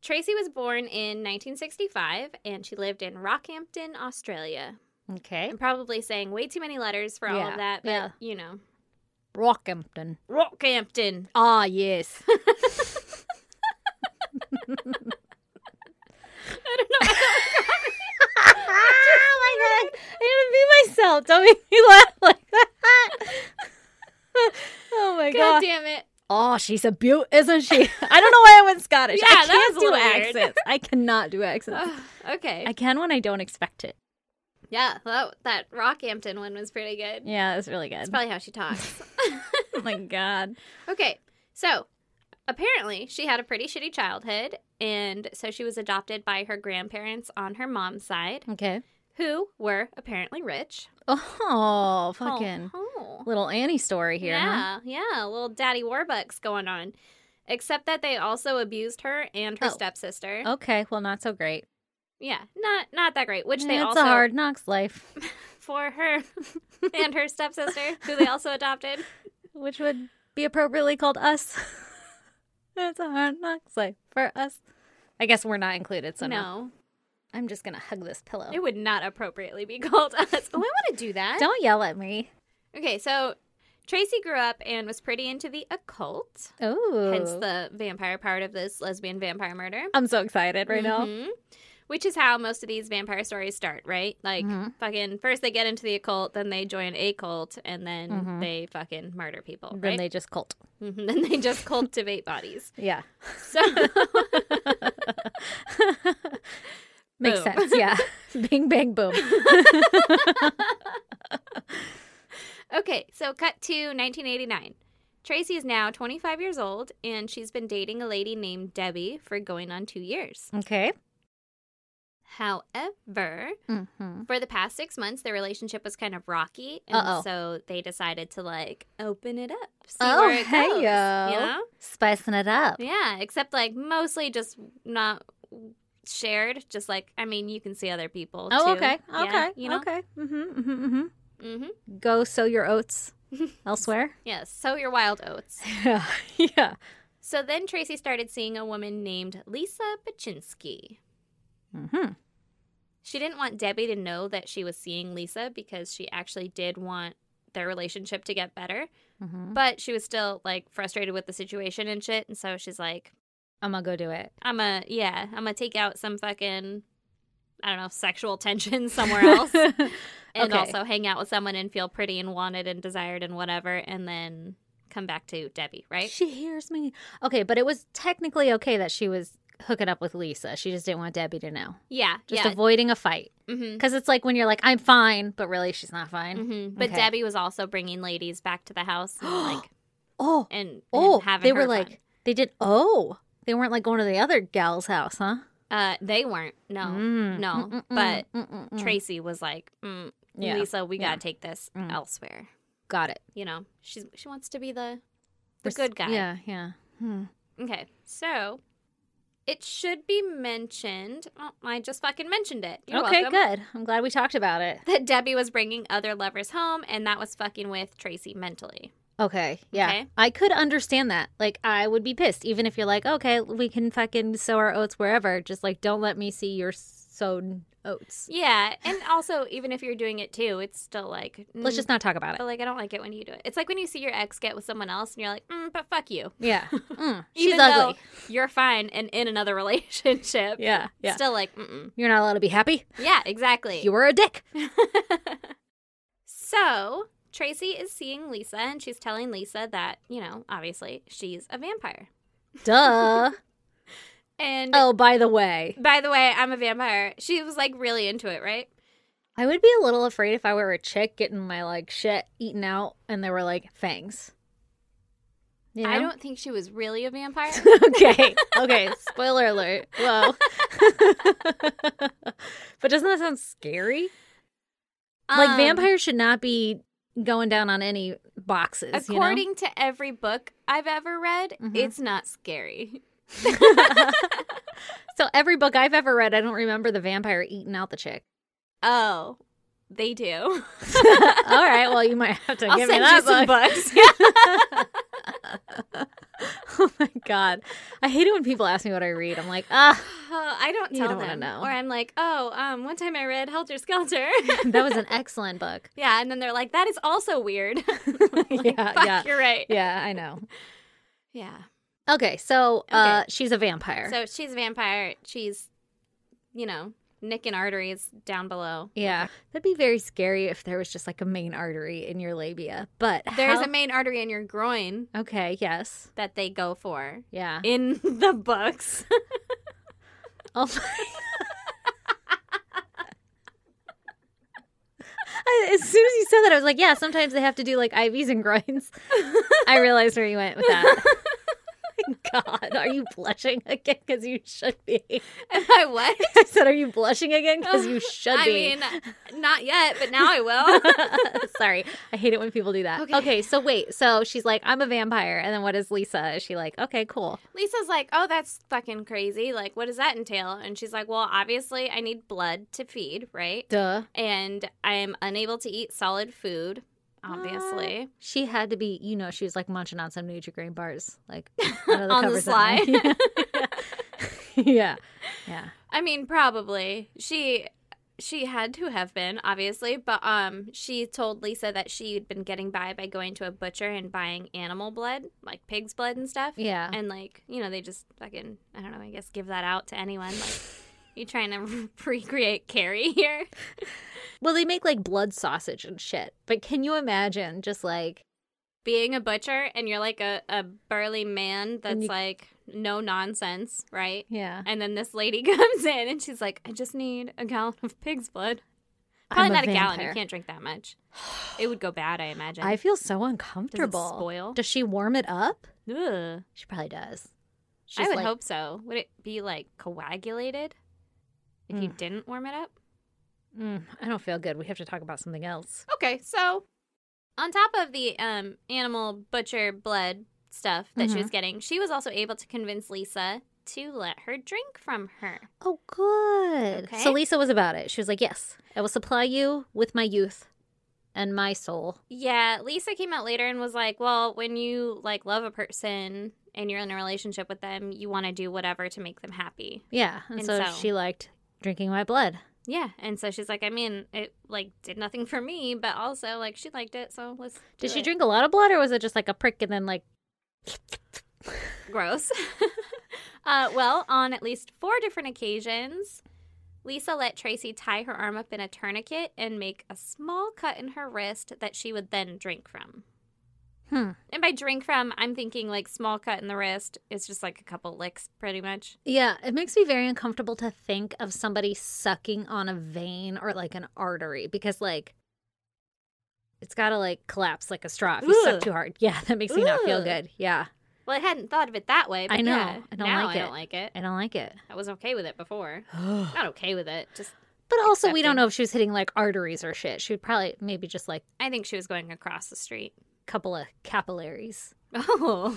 [SPEAKER 1] Tracy was born in 1965 and she lived in Rockhampton, Australia.
[SPEAKER 2] Okay.
[SPEAKER 1] I'm probably saying way too many letters for all
[SPEAKER 2] Yeah,
[SPEAKER 1] of that, but
[SPEAKER 2] yeah.
[SPEAKER 1] you know.
[SPEAKER 2] Rockhampton.
[SPEAKER 1] Rockhampton.
[SPEAKER 2] Ah,
[SPEAKER 1] <laughs>
[SPEAKER 2] yes.
[SPEAKER 1] I don't
[SPEAKER 2] <laughs>
[SPEAKER 1] know.
[SPEAKER 2] oh my god. I didn't be myself. Don't make me laugh like that. <laughs> oh my
[SPEAKER 1] God
[SPEAKER 2] god.
[SPEAKER 1] damn it.
[SPEAKER 2] Oh, she's a beaut, isn't she? I don't know why I
[SPEAKER 1] <laughs>
[SPEAKER 2] went Scottish.
[SPEAKER 1] Yeah,
[SPEAKER 2] I
[SPEAKER 1] that
[SPEAKER 2] can't
[SPEAKER 1] was
[SPEAKER 2] do
[SPEAKER 1] a little weird.
[SPEAKER 2] accents. I cannot do
[SPEAKER 1] <sighs>
[SPEAKER 2] accents.
[SPEAKER 1] Ugh, okay.
[SPEAKER 2] I can when I don't expect it.
[SPEAKER 1] yeah, that, that Rockhampton one was pretty good.
[SPEAKER 2] Yeah, that's really good.
[SPEAKER 1] That's probably how she
[SPEAKER 2] <laughs>
[SPEAKER 1] talks.
[SPEAKER 2] oh
[SPEAKER 1] <laughs>
[SPEAKER 2] my god.
[SPEAKER 1] okay. So, apparently, she had a pretty shitty childhood, and so she was adopted by her grandparents on her mom's side,
[SPEAKER 2] Okay.
[SPEAKER 1] who were apparently rich.
[SPEAKER 2] Oh, fucking
[SPEAKER 1] Oh.
[SPEAKER 2] little Annie story here. huh?
[SPEAKER 1] Yeah, yeah, little daddy Warbucks going on. Except that they also abused her and her
[SPEAKER 2] Oh.
[SPEAKER 1] stepsister.
[SPEAKER 2] Okay. Well, not so great.
[SPEAKER 1] Yeah, not not that great. Which
[SPEAKER 2] It's
[SPEAKER 1] they
[SPEAKER 2] a
[SPEAKER 1] also
[SPEAKER 2] hard knocks
[SPEAKER 1] <laughs>
[SPEAKER 2] life,
[SPEAKER 1] for
[SPEAKER 2] <laughs>
[SPEAKER 1] her and her stepsister, who they also adopted.
[SPEAKER 2] which would be appropriately called us. <laughs> it's a hard knocks life for us. I guess we're not included, so
[SPEAKER 1] no,
[SPEAKER 2] no. I'm just gonna hug this pillow.
[SPEAKER 1] it would not appropriately be <laughs> called us. Oh, I want to do that.
[SPEAKER 2] Don't yell at me.
[SPEAKER 1] Okay, so Tracy grew up and was pretty into the occult,
[SPEAKER 2] Oh,
[SPEAKER 1] hence the vampire part of this lesbian vampire murder.
[SPEAKER 2] I'm so excited right now.
[SPEAKER 1] Mhm. Which is how most of these vampire stories start, right? Like, fucking, first they get into the occult, then they join a cult, and then they fucking murder people,
[SPEAKER 2] Then
[SPEAKER 1] right?
[SPEAKER 2] they just cult.
[SPEAKER 1] Then they, <laughs> then they just cultivate <laughs> bodies.
[SPEAKER 2] Yeah,
[SPEAKER 1] So,
[SPEAKER 2] makes
[SPEAKER 1] Boom.
[SPEAKER 2] sense.
[SPEAKER 1] <laughs>
[SPEAKER 2] Yeah, <laughs> bing bang boom.
[SPEAKER 1] okay, so cut to 1989. Tracy is now 25 years old, and she's been dating a lady named Debbie for going on two years.
[SPEAKER 2] okay.
[SPEAKER 1] However,
[SPEAKER 2] Mm-hmm.
[SPEAKER 1] for the past six months, their relationship was kind of rocky, and
[SPEAKER 2] Uh-oh.
[SPEAKER 1] so they decided to like open it up, see
[SPEAKER 2] Oh,
[SPEAKER 1] where it
[SPEAKER 2] hey,
[SPEAKER 1] goes.
[SPEAKER 2] yo.
[SPEAKER 1] You know?
[SPEAKER 2] Spicing it up.
[SPEAKER 1] Yeah, except like mostly just not shared. Just like I mean, you can see other people.
[SPEAKER 2] Oh,
[SPEAKER 1] too.
[SPEAKER 2] okay.
[SPEAKER 1] Yeah,
[SPEAKER 2] okay.
[SPEAKER 1] you know.
[SPEAKER 2] Okay. Mm-hmm, mm-hmm, mm-hmm.
[SPEAKER 1] hmm
[SPEAKER 2] Go sow your
[SPEAKER 1] <laughs>
[SPEAKER 2] oats elsewhere. <laughs>
[SPEAKER 1] Yes. Sow your wild oats.
[SPEAKER 2] Yeah. Yeah.
[SPEAKER 1] So then Tracy started seeing a woman named Lisa Pachinsky.
[SPEAKER 2] Mm-hmm.
[SPEAKER 1] She didn't want Debbie to know that she was seeing Lisa because she actually did want their relationship to get better.
[SPEAKER 2] Mm-hmm.
[SPEAKER 1] But she was still like frustrated with the situation and shit. And so she's like,
[SPEAKER 2] I'm gonna go do it.
[SPEAKER 1] I'm a, yeah, I'm gonna take out some fucking, I don't know, sexual <laughs> tension
[SPEAKER 2] <laughs>
[SPEAKER 1] somewhere else and
[SPEAKER 2] Okay.
[SPEAKER 1] also hang out with someone and feel pretty and wanted and desired and whatever. And then come back to Debbie, right?
[SPEAKER 2] She hears me. Okay, but it was technically okay that she was hooking up with Lisa. She just didn't want Debbie to know.
[SPEAKER 1] Yeah.
[SPEAKER 2] Just
[SPEAKER 1] yeah.
[SPEAKER 2] avoiding a fight.
[SPEAKER 1] hmm
[SPEAKER 2] Because it's like when you're like, I'm fine, but really she's not fine.
[SPEAKER 1] hmm But
[SPEAKER 2] Okay.
[SPEAKER 1] Debbie was also bringing ladies back to the house
[SPEAKER 2] <gasps>
[SPEAKER 1] and like,
[SPEAKER 2] Oh,
[SPEAKER 1] and, and
[SPEAKER 2] oh,
[SPEAKER 1] having
[SPEAKER 2] they were
[SPEAKER 1] her
[SPEAKER 2] like,
[SPEAKER 1] fun.
[SPEAKER 2] they did. Oh, they weren't like going to the other gal's house, huh?
[SPEAKER 1] uh, they weren't. No,
[SPEAKER 2] Mm.
[SPEAKER 1] no.
[SPEAKER 2] Mm, mm,
[SPEAKER 1] But
[SPEAKER 2] mm, mm, mm.
[SPEAKER 1] Tracy was like, mm,
[SPEAKER 2] Yeah.
[SPEAKER 1] Lisa, we
[SPEAKER 2] Yeah.
[SPEAKER 1] gotta take this
[SPEAKER 2] Mm.
[SPEAKER 1] elsewhere.
[SPEAKER 2] got it.
[SPEAKER 1] you know, she's she wants to be the the
[SPEAKER 2] Res-
[SPEAKER 1] good guy.
[SPEAKER 2] Yeah, yeah. Hmm.
[SPEAKER 1] Okay. So it should be mentioned. Oh, I just fucking mentioned it. You're
[SPEAKER 2] okay,
[SPEAKER 1] welcome.
[SPEAKER 2] good. I'm glad we talked about it.
[SPEAKER 1] That Debbie was bringing other lovers home, and that was fucking with Tracy mentally.
[SPEAKER 2] Okay, yeah.
[SPEAKER 1] Okay.
[SPEAKER 2] I could understand that. Like, I would be pissed, even if you're like, okay, we can fucking sow our oats wherever. Just like, don't let me see your sown oats.
[SPEAKER 1] Yeah, and
[SPEAKER 2] <sighs>
[SPEAKER 1] also even if you're doing it too, it's still like
[SPEAKER 2] Let's
[SPEAKER 1] mm,
[SPEAKER 2] just not talk about it.
[SPEAKER 1] But like, I don't like it when you do it. It's like when you see your ex get with someone else, and you're like, mm, but fuck you.
[SPEAKER 2] Yeah.
[SPEAKER 1] <laughs>
[SPEAKER 2] Mm, she's
[SPEAKER 1] Even though
[SPEAKER 2] ugly.
[SPEAKER 1] you're fine and in another <laughs> relationship.
[SPEAKER 2] Yeah, yeah.
[SPEAKER 1] Still like, mm-mm.
[SPEAKER 2] You're not allowed to be happy.
[SPEAKER 1] yeah, exactly.
[SPEAKER 2] You were a dick.
[SPEAKER 1] So, Tracy is seeing Lisa and she's telling Lisa that, you know, obviously she's a vampire. <laughs>
[SPEAKER 2] Duh.
[SPEAKER 1] And
[SPEAKER 2] oh, by the way,
[SPEAKER 1] by the way, I'm a vampire. She was like really into it, right?
[SPEAKER 2] I would be a little afraid if I were a chick getting my like shit eaten out and there were like fangs. You
[SPEAKER 1] I
[SPEAKER 2] know?
[SPEAKER 1] don't think she was really a vampire. <laughs>
[SPEAKER 2] okay. Okay. Spoiler alert. Whoa. <laughs> but doesn't that sound scary? <laughs> like
[SPEAKER 1] Um,
[SPEAKER 2] vampires should not be going down on any boxes.
[SPEAKER 1] According <laughs> to every book I've ever read,
[SPEAKER 2] Mhm.
[SPEAKER 1] it's not scary.
[SPEAKER 2] you know? <laughs> so every book I've ever read, I don't remember the vampire eating out the
[SPEAKER 1] <laughs>
[SPEAKER 2] chick.
[SPEAKER 1] Oh, they do.
[SPEAKER 2] All right. Well, you might have to
[SPEAKER 1] I'll
[SPEAKER 2] give
[SPEAKER 1] send
[SPEAKER 2] me that
[SPEAKER 1] you some
[SPEAKER 2] book.
[SPEAKER 1] books. Yeah.
[SPEAKER 2] <laughs> oh my god, I hate it when people ask me what I read. I'm like, ah,
[SPEAKER 1] Oh, I don't
[SPEAKER 2] You
[SPEAKER 1] tell
[SPEAKER 2] don't wanna
[SPEAKER 1] them.
[SPEAKER 2] know.
[SPEAKER 1] Or I'm like, oh, um, one time I read
[SPEAKER 2] <laughs>
[SPEAKER 1] Helter Skelter.
[SPEAKER 2] that was an excellent
[SPEAKER 1] <laughs>
[SPEAKER 2] book. <laughs>
[SPEAKER 1] yeah, and then they're like, that is also weird. <laughs>
[SPEAKER 2] yeah,
[SPEAKER 1] Fuck,
[SPEAKER 2] yeah,
[SPEAKER 1] you're right.
[SPEAKER 2] yeah. I know.
[SPEAKER 1] yeah.
[SPEAKER 2] Okay, so uh, she's a vampire.
[SPEAKER 1] So she's a vampire. She's, you know, nicking arteries down below.
[SPEAKER 2] yeah, that'd be very scary if there was just like a main artery in your labia. But
[SPEAKER 1] There is
[SPEAKER 2] how-
[SPEAKER 1] a main artery in your groin
[SPEAKER 2] okay, yes,
[SPEAKER 1] that they go for
[SPEAKER 2] yeah.
[SPEAKER 1] in <laughs> the
[SPEAKER 2] <laughs>
[SPEAKER 1] books. <laughs>
[SPEAKER 2] Oh my. <laughs> I- As soon as you said that, I was like, "Yeah." Sometimes they have to do like IVs and
[SPEAKER 1] <laughs>
[SPEAKER 2] groins. I realized where you went with that. God, are you blushing again? Because you should be.
[SPEAKER 1] Am I what?
[SPEAKER 2] I said, "Are you blushing again?" Because you should
[SPEAKER 1] <laughs> I
[SPEAKER 2] be.
[SPEAKER 1] mean, not yet, but now
[SPEAKER 2] <laughs>
[SPEAKER 1] I will.
[SPEAKER 2] Sorry, I hate it when people do that.
[SPEAKER 1] Okay.
[SPEAKER 2] Okay. so wait, so she's like, "I'm a vampire," and then what is Lisa? Is she like, "Okay, cool."
[SPEAKER 1] Lisa's like, oh, that's fucking crazy. Like, what does that entail? And she's like, well, obviously, I need blood to feed, right?
[SPEAKER 2] Duh.
[SPEAKER 1] And I am unable to eat solid food, obviously.
[SPEAKER 2] She had to be, you know, she was like munching on some Nutri-Grain bars, <laughs> like out of
[SPEAKER 1] On the
[SPEAKER 2] covers at
[SPEAKER 1] sly.
[SPEAKER 2] night. <laughs> yeah, yeah.
[SPEAKER 1] I mean, probably she she had to have been obviously, but um, she told Lisa that she'd been getting by by going to a butcher and buying animal blood, like pig's blood and stuff.
[SPEAKER 2] Yeah.
[SPEAKER 1] and like you know, they just fucking I don't know. I guess give that out to anyone. Like, you trying to <laughs> recreate Carrie here?
[SPEAKER 2] Well, they make like blood sausage and shit, but can you imagine just like
[SPEAKER 1] Being a butcher and you're like a, a burly man that's
[SPEAKER 2] you-
[SPEAKER 1] like no nonsense, right?
[SPEAKER 2] yeah,
[SPEAKER 1] And then this lady <laughs> comes in and she's like, I just need a gallon of pig's blood.
[SPEAKER 2] I'm
[SPEAKER 1] Probably not a gallon.
[SPEAKER 2] vampire.
[SPEAKER 1] You can't drink that much. It would go bad, I imagine.
[SPEAKER 2] I feel so
[SPEAKER 1] Does it
[SPEAKER 2] uncomfortable.
[SPEAKER 1] spoil?
[SPEAKER 2] Does she warm it up?
[SPEAKER 1] Ugh.
[SPEAKER 2] She probably does. She's
[SPEAKER 1] I would
[SPEAKER 2] like,
[SPEAKER 1] hope so. Would it be like coagulated if you didn't warm it up?
[SPEAKER 2] "Mm, I don't feel good. We have to talk about something else.
[SPEAKER 1] Okay, so on top of the um, animal butcher blood stuff that
[SPEAKER 2] Mm-hmm.
[SPEAKER 1] she was getting, she was also able to convince Lisa to let her drink from her.
[SPEAKER 2] Oh, good.
[SPEAKER 1] Okay.
[SPEAKER 2] So Lisa was about it. She was like, "Yes, I will supply you with my youth and my soul."
[SPEAKER 1] Yeah, Lisa came out later and was like, "Well, when you like love a person and you're in a relationship with them, you want to do whatever to make them happy."
[SPEAKER 2] Yeah, and,
[SPEAKER 1] And
[SPEAKER 2] so,
[SPEAKER 1] so-
[SPEAKER 2] she liked drinking my blood.
[SPEAKER 1] Yeah, and so she's like, "I mean, it like did nothing for me, but also like she liked it, so let's." do
[SPEAKER 2] Did she
[SPEAKER 1] it."
[SPEAKER 2] drink a lot of blood, or was it just like a prick and then like?
[SPEAKER 1] Gross. <laughs> uh, well, on at least four different occasions, Lisa let Tracy tie her arm up in a tourniquet and make a small cut in her wrist that she would then drink from.
[SPEAKER 2] Hmm.
[SPEAKER 1] And by drink from, I'm thinking like small cut in the wrist. It's just like a couple licks, pretty much.
[SPEAKER 2] Yeah, it makes me very uncomfortable to think of somebody sucking on a vein or like an artery because like it's got to like collapse like a straw if you
[SPEAKER 1] Ugh.
[SPEAKER 2] suck too hard. Yeah, that makes me not feel
[SPEAKER 1] Ugh.
[SPEAKER 2] good. Yeah,
[SPEAKER 1] Well, I hadn't thought of it that way. But
[SPEAKER 2] I know.
[SPEAKER 1] yeah,
[SPEAKER 2] I don't
[SPEAKER 1] now
[SPEAKER 2] like
[SPEAKER 1] I
[SPEAKER 2] it.
[SPEAKER 1] don't like it.
[SPEAKER 2] I don't like <gasps> it.
[SPEAKER 1] I was okay with it <sighs> before.
[SPEAKER 2] but
[SPEAKER 1] Not okay with it. Just
[SPEAKER 2] also, we
[SPEAKER 1] Accepting.
[SPEAKER 2] don't know if she was hitting like arteries or shit. She would probably maybe just like
[SPEAKER 1] I think she was going across the <laughs> street.
[SPEAKER 2] a couple of <laughs> capillaries.
[SPEAKER 1] Oh,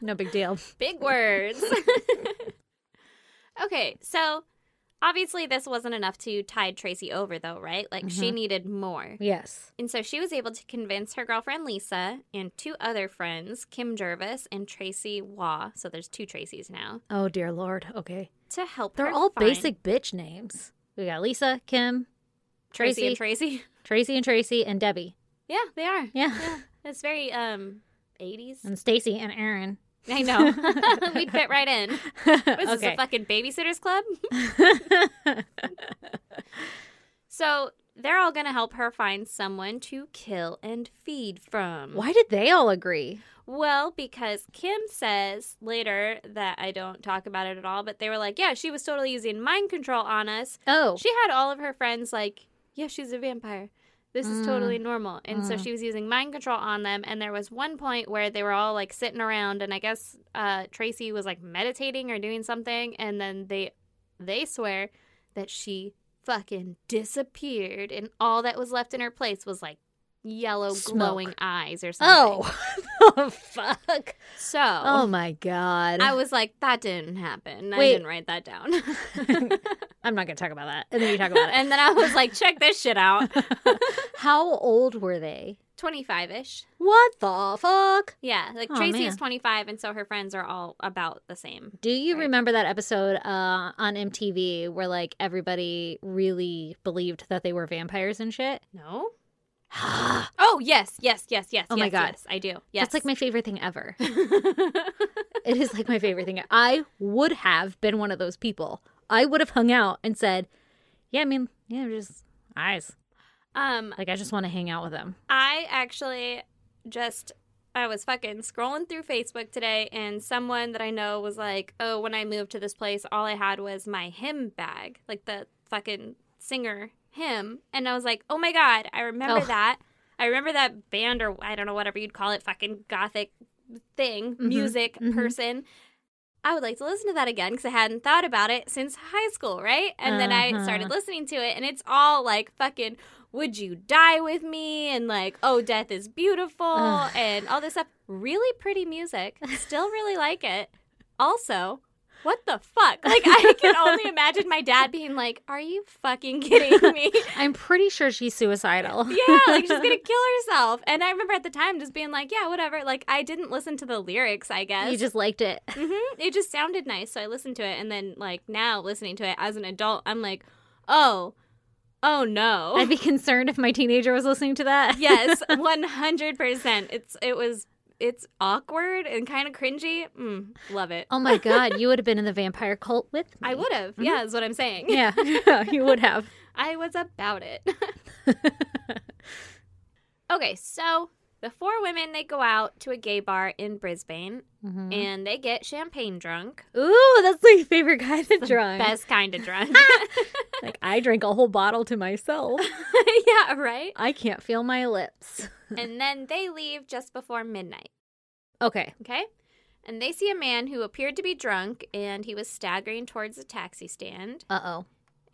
[SPEAKER 2] No big deal.
[SPEAKER 1] big words. <laughs> okay, so obviously this wasn't enough to tide Tracy over, though, right? Like she
[SPEAKER 2] Mm-hmm.
[SPEAKER 1] needed more.
[SPEAKER 2] yes.
[SPEAKER 1] And so she was able to convince her girlfriend Lisa and two other friends, Kim Jervis and Tracy Waugh. So there's two Tracys now
[SPEAKER 2] Oh dear lord. Okay.
[SPEAKER 1] to help.
[SPEAKER 2] They're
[SPEAKER 1] her
[SPEAKER 2] all
[SPEAKER 1] find
[SPEAKER 2] basic bitch names. We got Lisa, Kim,
[SPEAKER 1] Tracy and
[SPEAKER 2] Tracy.
[SPEAKER 1] Tracy. <laughs>
[SPEAKER 2] Tracy and Tracy, and Debbie.
[SPEAKER 1] Yeah, they are.
[SPEAKER 2] Yeah.
[SPEAKER 1] It's very um
[SPEAKER 2] <laughs>
[SPEAKER 1] 80s.
[SPEAKER 2] And Stacy and Aaron.
[SPEAKER 1] I know. We'd fit right in. <laughs> This is a
[SPEAKER 2] Okay.
[SPEAKER 1] fucking babysitters club. So They're all going to help her find someone to kill and feed
[SPEAKER 2] <laughs>
[SPEAKER 1] from.
[SPEAKER 2] Why did they all agree?
[SPEAKER 1] Well, because Kim says later that I don't talk about it at all, but they were like, yeah, she was totally using mind control on us.
[SPEAKER 2] Oh,
[SPEAKER 1] She had all of her friends like, yeah, she's a vampire. This is
[SPEAKER 2] Mm.
[SPEAKER 1] totally normal. And so
[SPEAKER 2] Mm.
[SPEAKER 1] she was using mind control on them. And there was one point where they were all like sitting around, and I guess uh, Tracy was like meditating or doing something. And then they they swear that she fucking disappeared, and all that was left in her place was like yellow
[SPEAKER 2] Smoke.
[SPEAKER 1] glowing eyes or something.
[SPEAKER 2] oh, <laughs> oh, fuck!
[SPEAKER 1] so
[SPEAKER 2] Oh my god! <laughs>
[SPEAKER 1] I was like, that didn't happen. I
[SPEAKER 2] Wait.
[SPEAKER 1] didn't write that down. <laughs>
[SPEAKER 2] I'm not gonna talk about that. And <laughs> then you talk about it.
[SPEAKER 1] and then I was like, <laughs> check this shit out.
[SPEAKER 2] <laughs> How old were they?
[SPEAKER 1] 25 ish.
[SPEAKER 2] What the fuck?
[SPEAKER 1] Yeah, like
[SPEAKER 2] Aw,
[SPEAKER 1] Tracy is
[SPEAKER 2] man.
[SPEAKER 1] 25, and so her friends are all about the same.
[SPEAKER 2] Do you
[SPEAKER 1] Right.
[SPEAKER 2] remember that episode uh, on MTV where like everybody really believed that they were vampires and shit? <gasps>
[SPEAKER 1] No? Oh, yes, yes, yes, yes.
[SPEAKER 2] Oh
[SPEAKER 1] yes,
[SPEAKER 2] my God.
[SPEAKER 1] Yes, I do. Yes.
[SPEAKER 2] That's like my favorite thing ever. <laughs>
[SPEAKER 1] my.
[SPEAKER 2] it is like my favorite thing. I would have been one of those people. I would have hung out and said, "Yeah, I mean, yeah, just eyes.
[SPEAKER 1] <laughs> um,
[SPEAKER 2] Like I just want to hang out with them."
[SPEAKER 1] I actually just. I was fucking scrolling through Facebook today, and someone that I know was like, "Oh, when I moved to this place, all I had was my hymn bag, like the fucking singer hymn." And I was like, "Oh my god, I remember
[SPEAKER 2] Oh.
[SPEAKER 1] that. I remember that band or I don't know whatever you'd call it, fucking gothic thing, music
[SPEAKER 2] mhm.
[SPEAKER 1] person. I would like to listen to that again because I hadn't thought about it since high school, right? And then I started
[SPEAKER 2] Uh-huh.
[SPEAKER 1] listening to it, and it's all like fucking, would you die with me? And like, oh, death is beautiful,
[SPEAKER 2] Ugh.
[SPEAKER 1] and all this stuff. Really pretty music. Still really like it. Also, what the fuck? Like,
[SPEAKER 2] <laughs>
[SPEAKER 1] I can only imagine my dad being like, are you fucking kidding me? <laughs>
[SPEAKER 2] I'm pretty sure she's suicidal.
[SPEAKER 1] Yeah, like
[SPEAKER 2] <laughs>
[SPEAKER 1] she's gonna kill herself. And I remember at the time just being like, yeah, whatever. Like I didn't listen to the lyrics, I guess.
[SPEAKER 2] You just liked it.
[SPEAKER 1] hmm It just sounded nice, so I listened to it. And then like now listening to it as an adult, I'm like, oh, oh no.
[SPEAKER 2] I'd be concerned if my teenager was listening to that.
[SPEAKER 1] yes, one hundred percent. It's it was it's awkward and kind of cringy. Mm, love it.
[SPEAKER 2] <laughs> Oh my god, you would have been in the vampire cult with me.
[SPEAKER 1] I would have. Yeah, is what I'm saying.
[SPEAKER 2] Yeah, yeah, <laughs> you would have.
[SPEAKER 1] <laughs> I was about it. <laughs> okay, so the four women they go out to a gay bar in Brisbane
[SPEAKER 2] <laughs>
[SPEAKER 1] and they get champagne drunk.
[SPEAKER 2] Ooh, that's my favorite kind of drunk.
[SPEAKER 1] Best kind of drunk. <laughs>
[SPEAKER 2] Like I drank a whole bottle to myself.
[SPEAKER 1] yeah, right?
[SPEAKER 2] I can't feel my lips.
[SPEAKER 1] And then they leave just before midnight,
[SPEAKER 2] Okay.
[SPEAKER 1] okay? And they see a man who appeared to be drunk and he was staggering towards a taxi stand.
[SPEAKER 2] Uh oh.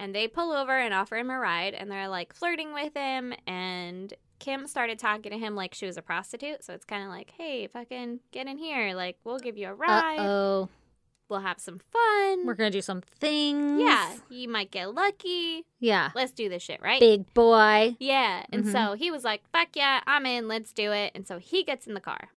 [SPEAKER 1] And they pull over and offer him a ride and they're like flirting with him. And Kim started talking to him like she was a prostitute. So it's kind of like, hey, fucking get in here. Like, we'll give you a
[SPEAKER 2] Uh
[SPEAKER 1] ride.
[SPEAKER 2] oh.
[SPEAKER 1] We'll have some fun.
[SPEAKER 2] We're gonna do some things.
[SPEAKER 1] yeah, you might get lucky.
[SPEAKER 2] Yeah.
[SPEAKER 1] Let's do this shit, right?
[SPEAKER 2] Big boy.
[SPEAKER 1] Yeah. And
[SPEAKER 2] Mhm.
[SPEAKER 1] so he was like, fuck yeah, I'm in, let's do it. And so he gets in the car.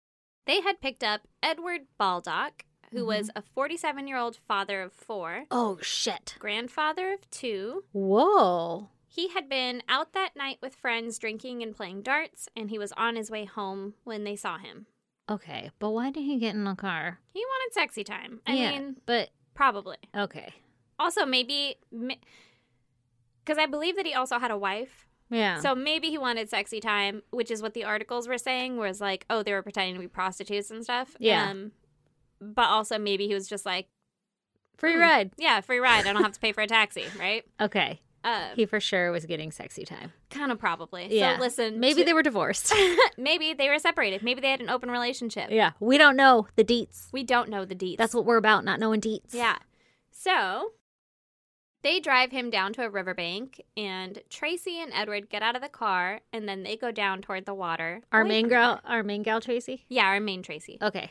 [SPEAKER 1] They had picked up Edward Baldock, who
[SPEAKER 2] Mm-hmm.
[SPEAKER 1] was a 47 year old father of four,
[SPEAKER 2] Oh shit.
[SPEAKER 1] grandfather of two.
[SPEAKER 2] Whoa.
[SPEAKER 1] He had been out that night with friends drinking and playing darts, and he was on his way home when they saw him.
[SPEAKER 2] Okay, but why did he get in the car?
[SPEAKER 1] He wanted sexy time. I
[SPEAKER 2] Yeah,
[SPEAKER 1] mean,
[SPEAKER 2] but
[SPEAKER 1] probably.
[SPEAKER 2] okay.
[SPEAKER 1] Also, maybe. Because I believe that he also had a wife.
[SPEAKER 2] Yeah.
[SPEAKER 1] So maybe he wanted sexy time, which is what the articles were saying, was like, oh, they were pretending to be prostitutes and stuff.
[SPEAKER 2] Yeah.
[SPEAKER 1] Um, but also maybe he was just like,
[SPEAKER 2] free
[SPEAKER 1] hmm.
[SPEAKER 2] ride.
[SPEAKER 1] yeah, free ride. I don't have to pay for a taxi, <laughs> right?
[SPEAKER 2] Okay.
[SPEAKER 1] Uh,
[SPEAKER 2] He for sure was getting sexy time.
[SPEAKER 1] kind of probably.
[SPEAKER 2] Yeah.
[SPEAKER 1] So listen,
[SPEAKER 2] Maybe
[SPEAKER 1] to-
[SPEAKER 2] they were
[SPEAKER 1] <laughs>
[SPEAKER 2] divorced. <laughs>
[SPEAKER 1] maybe they were separated. Maybe they had an open relationship.
[SPEAKER 2] yeah. We don't know the deets.
[SPEAKER 1] We don't know the deets.
[SPEAKER 2] That's what we're about, not knowing deets.
[SPEAKER 1] Yeah. So they drive him down to a riverbank, and Tracy and Edward get out of the car, and then they go down toward the water. Oh,
[SPEAKER 2] Our
[SPEAKER 1] Wait.
[SPEAKER 2] main girl, our main gal, Tracy.
[SPEAKER 1] Yeah, our main Tracy.
[SPEAKER 2] Okay.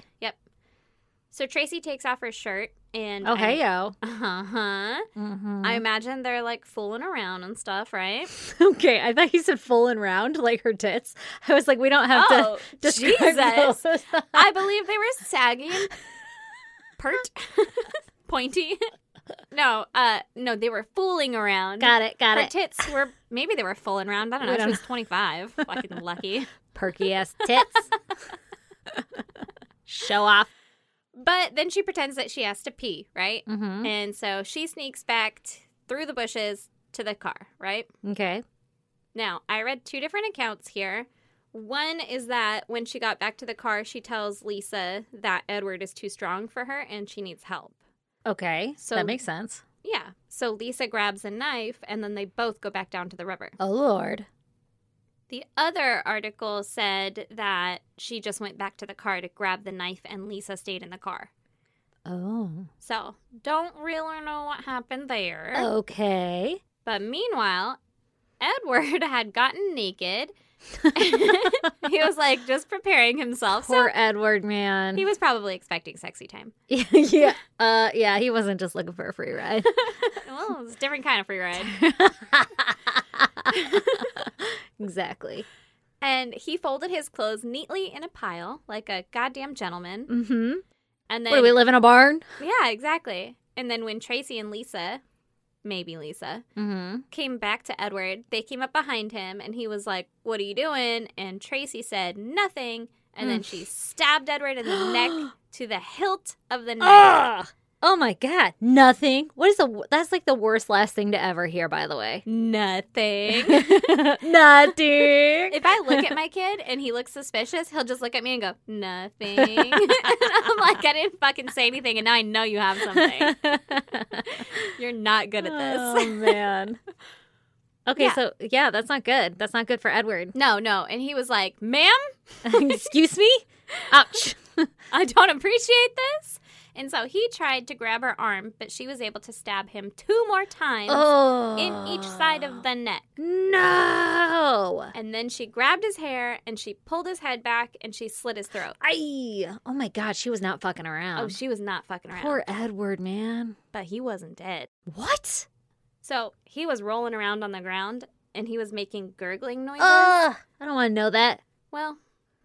[SPEAKER 1] So Tracy takes off her shirt and
[SPEAKER 2] Oh, hey, yo.
[SPEAKER 1] Uh huh.
[SPEAKER 2] Mm-hmm.
[SPEAKER 1] I imagine they're like fooling around and stuff, right?
[SPEAKER 2] <laughs> okay. I thought you said full and round, like her tits. I was like, we don't have
[SPEAKER 1] oh,
[SPEAKER 2] to <laughs> describe
[SPEAKER 1] Jesus!
[SPEAKER 2] those.
[SPEAKER 1] I believe they were
[SPEAKER 2] <laughs>
[SPEAKER 1] saggy, and pert, <laughs> pointy. No, uh, no, they were fooling around.
[SPEAKER 2] got it. Got
[SPEAKER 1] Her
[SPEAKER 2] it.
[SPEAKER 1] tits were maybe they were fooling around. I don't know.
[SPEAKER 2] We don't
[SPEAKER 1] she was twenty five. Fucking
[SPEAKER 2] <laughs>
[SPEAKER 1] lucky.
[SPEAKER 2] Perky ass <laughs> tits. Show off.
[SPEAKER 1] But then she pretends that she has to pee, right?
[SPEAKER 2] Mm-hmm.
[SPEAKER 1] And so she sneaks back t- through the bushes to the car, right?
[SPEAKER 2] Okay.
[SPEAKER 1] Now, I read two different accounts here. One is that when she got back to the car, she tells Lisa that Edward is too strong for her and she needs help.
[SPEAKER 2] Okay. So
[SPEAKER 1] So-
[SPEAKER 2] that makes sense.
[SPEAKER 1] Yeah. So Lisa grabs a knife and then they both go back down to the river.
[SPEAKER 2] Oh lord.
[SPEAKER 1] The other article said that she just went back to the car to grab the knife and Lisa stayed in the car.
[SPEAKER 2] Oh.
[SPEAKER 1] So don't really know what happened there.
[SPEAKER 2] <laughs> Okay.
[SPEAKER 1] But meanwhile, Edward <laughs> had gotten naked. he was like just preparing himself.
[SPEAKER 2] Poor
[SPEAKER 1] so
[SPEAKER 2] Edward, man.
[SPEAKER 1] he was probably expecting sexy time.
[SPEAKER 2] <laughs> yeah. Uh, yeah. He wasn't just looking for a free <laughs> ride.
[SPEAKER 1] well, it's a different kind of free ride.
[SPEAKER 2] exactly.
[SPEAKER 1] And he folded his clothes neatly in a pile like a goddamn gentleman.
[SPEAKER 2] Mm-hmm.
[SPEAKER 1] And
[SPEAKER 2] What do
[SPEAKER 1] then
[SPEAKER 2] we live in a barn?
[SPEAKER 1] <laughs> Yeah, exactly. And then when Tracy and Lisa, maybe Lisa,
[SPEAKER 2] Mm-hmm.
[SPEAKER 1] came back to Edward, they came up behind him and he was like, "What are you doing?" And Tracy said, "Nothing." And
[SPEAKER 2] Mm.
[SPEAKER 1] then she stabbed Edward in
[SPEAKER 2] <gasps>
[SPEAKER 1] the neck to the hilt of the knife.
[SPEAKER 2] Ugh! Oh my god. Nothing. What is the? w- That's like the worst last thing to ever hear. By the way.
[SPEAKER 1] Nothing.
[SPEAKER 2] <laughs> Nothing.
[SPEAKER 1] If I look at my kid and he looks suspicious, he'll just look at me and go, "Nothing." <laughs> and I'm like, "I didn't fucking say anything and now I know you have <laughs> something. You're not good at this."
[SPEAKER 2] <laughs> Oh man. Okay,
[SPEAKER 1] Yeah.
[SPEAKER 2] so yeah, that's not good. That's not good for <laughs> Edward.
[SPEAKER 1] <laughs> No, no. And he was like, ma'am,
[SPEAKER 2] Excuse me? <laughs> Ouch.
[SPEAKER 1] I don't appreciate this. And so he tried to grab her arm, but she was able to stab him two more times
[SPEAKER 2] Oh.
[SPEAKER 1] in each side of the neck.
[SPEAKER 2] No.
[SPEAKER 1] And then she grabbed his hair and she pulled his head back and she slit his throat.
[SPEAKER 2] I. Oh my god, she was not fucking around.
[SPEAKER 1] Oh, she was not fucking around.
[SPEAKER 2] Poor Edward, man.
[SPEAKER 1] But he wasn't dead.
[SPEAKER 2] What?
[SPEAKER 1] So he was rolling around on the ground and he was making gurgling
[SPEAKER 2] Oh
[SPEAKER 1] noises.
[SPEAKER 2] Ugh. I don't want to know that.
[SPEAKER 1] well,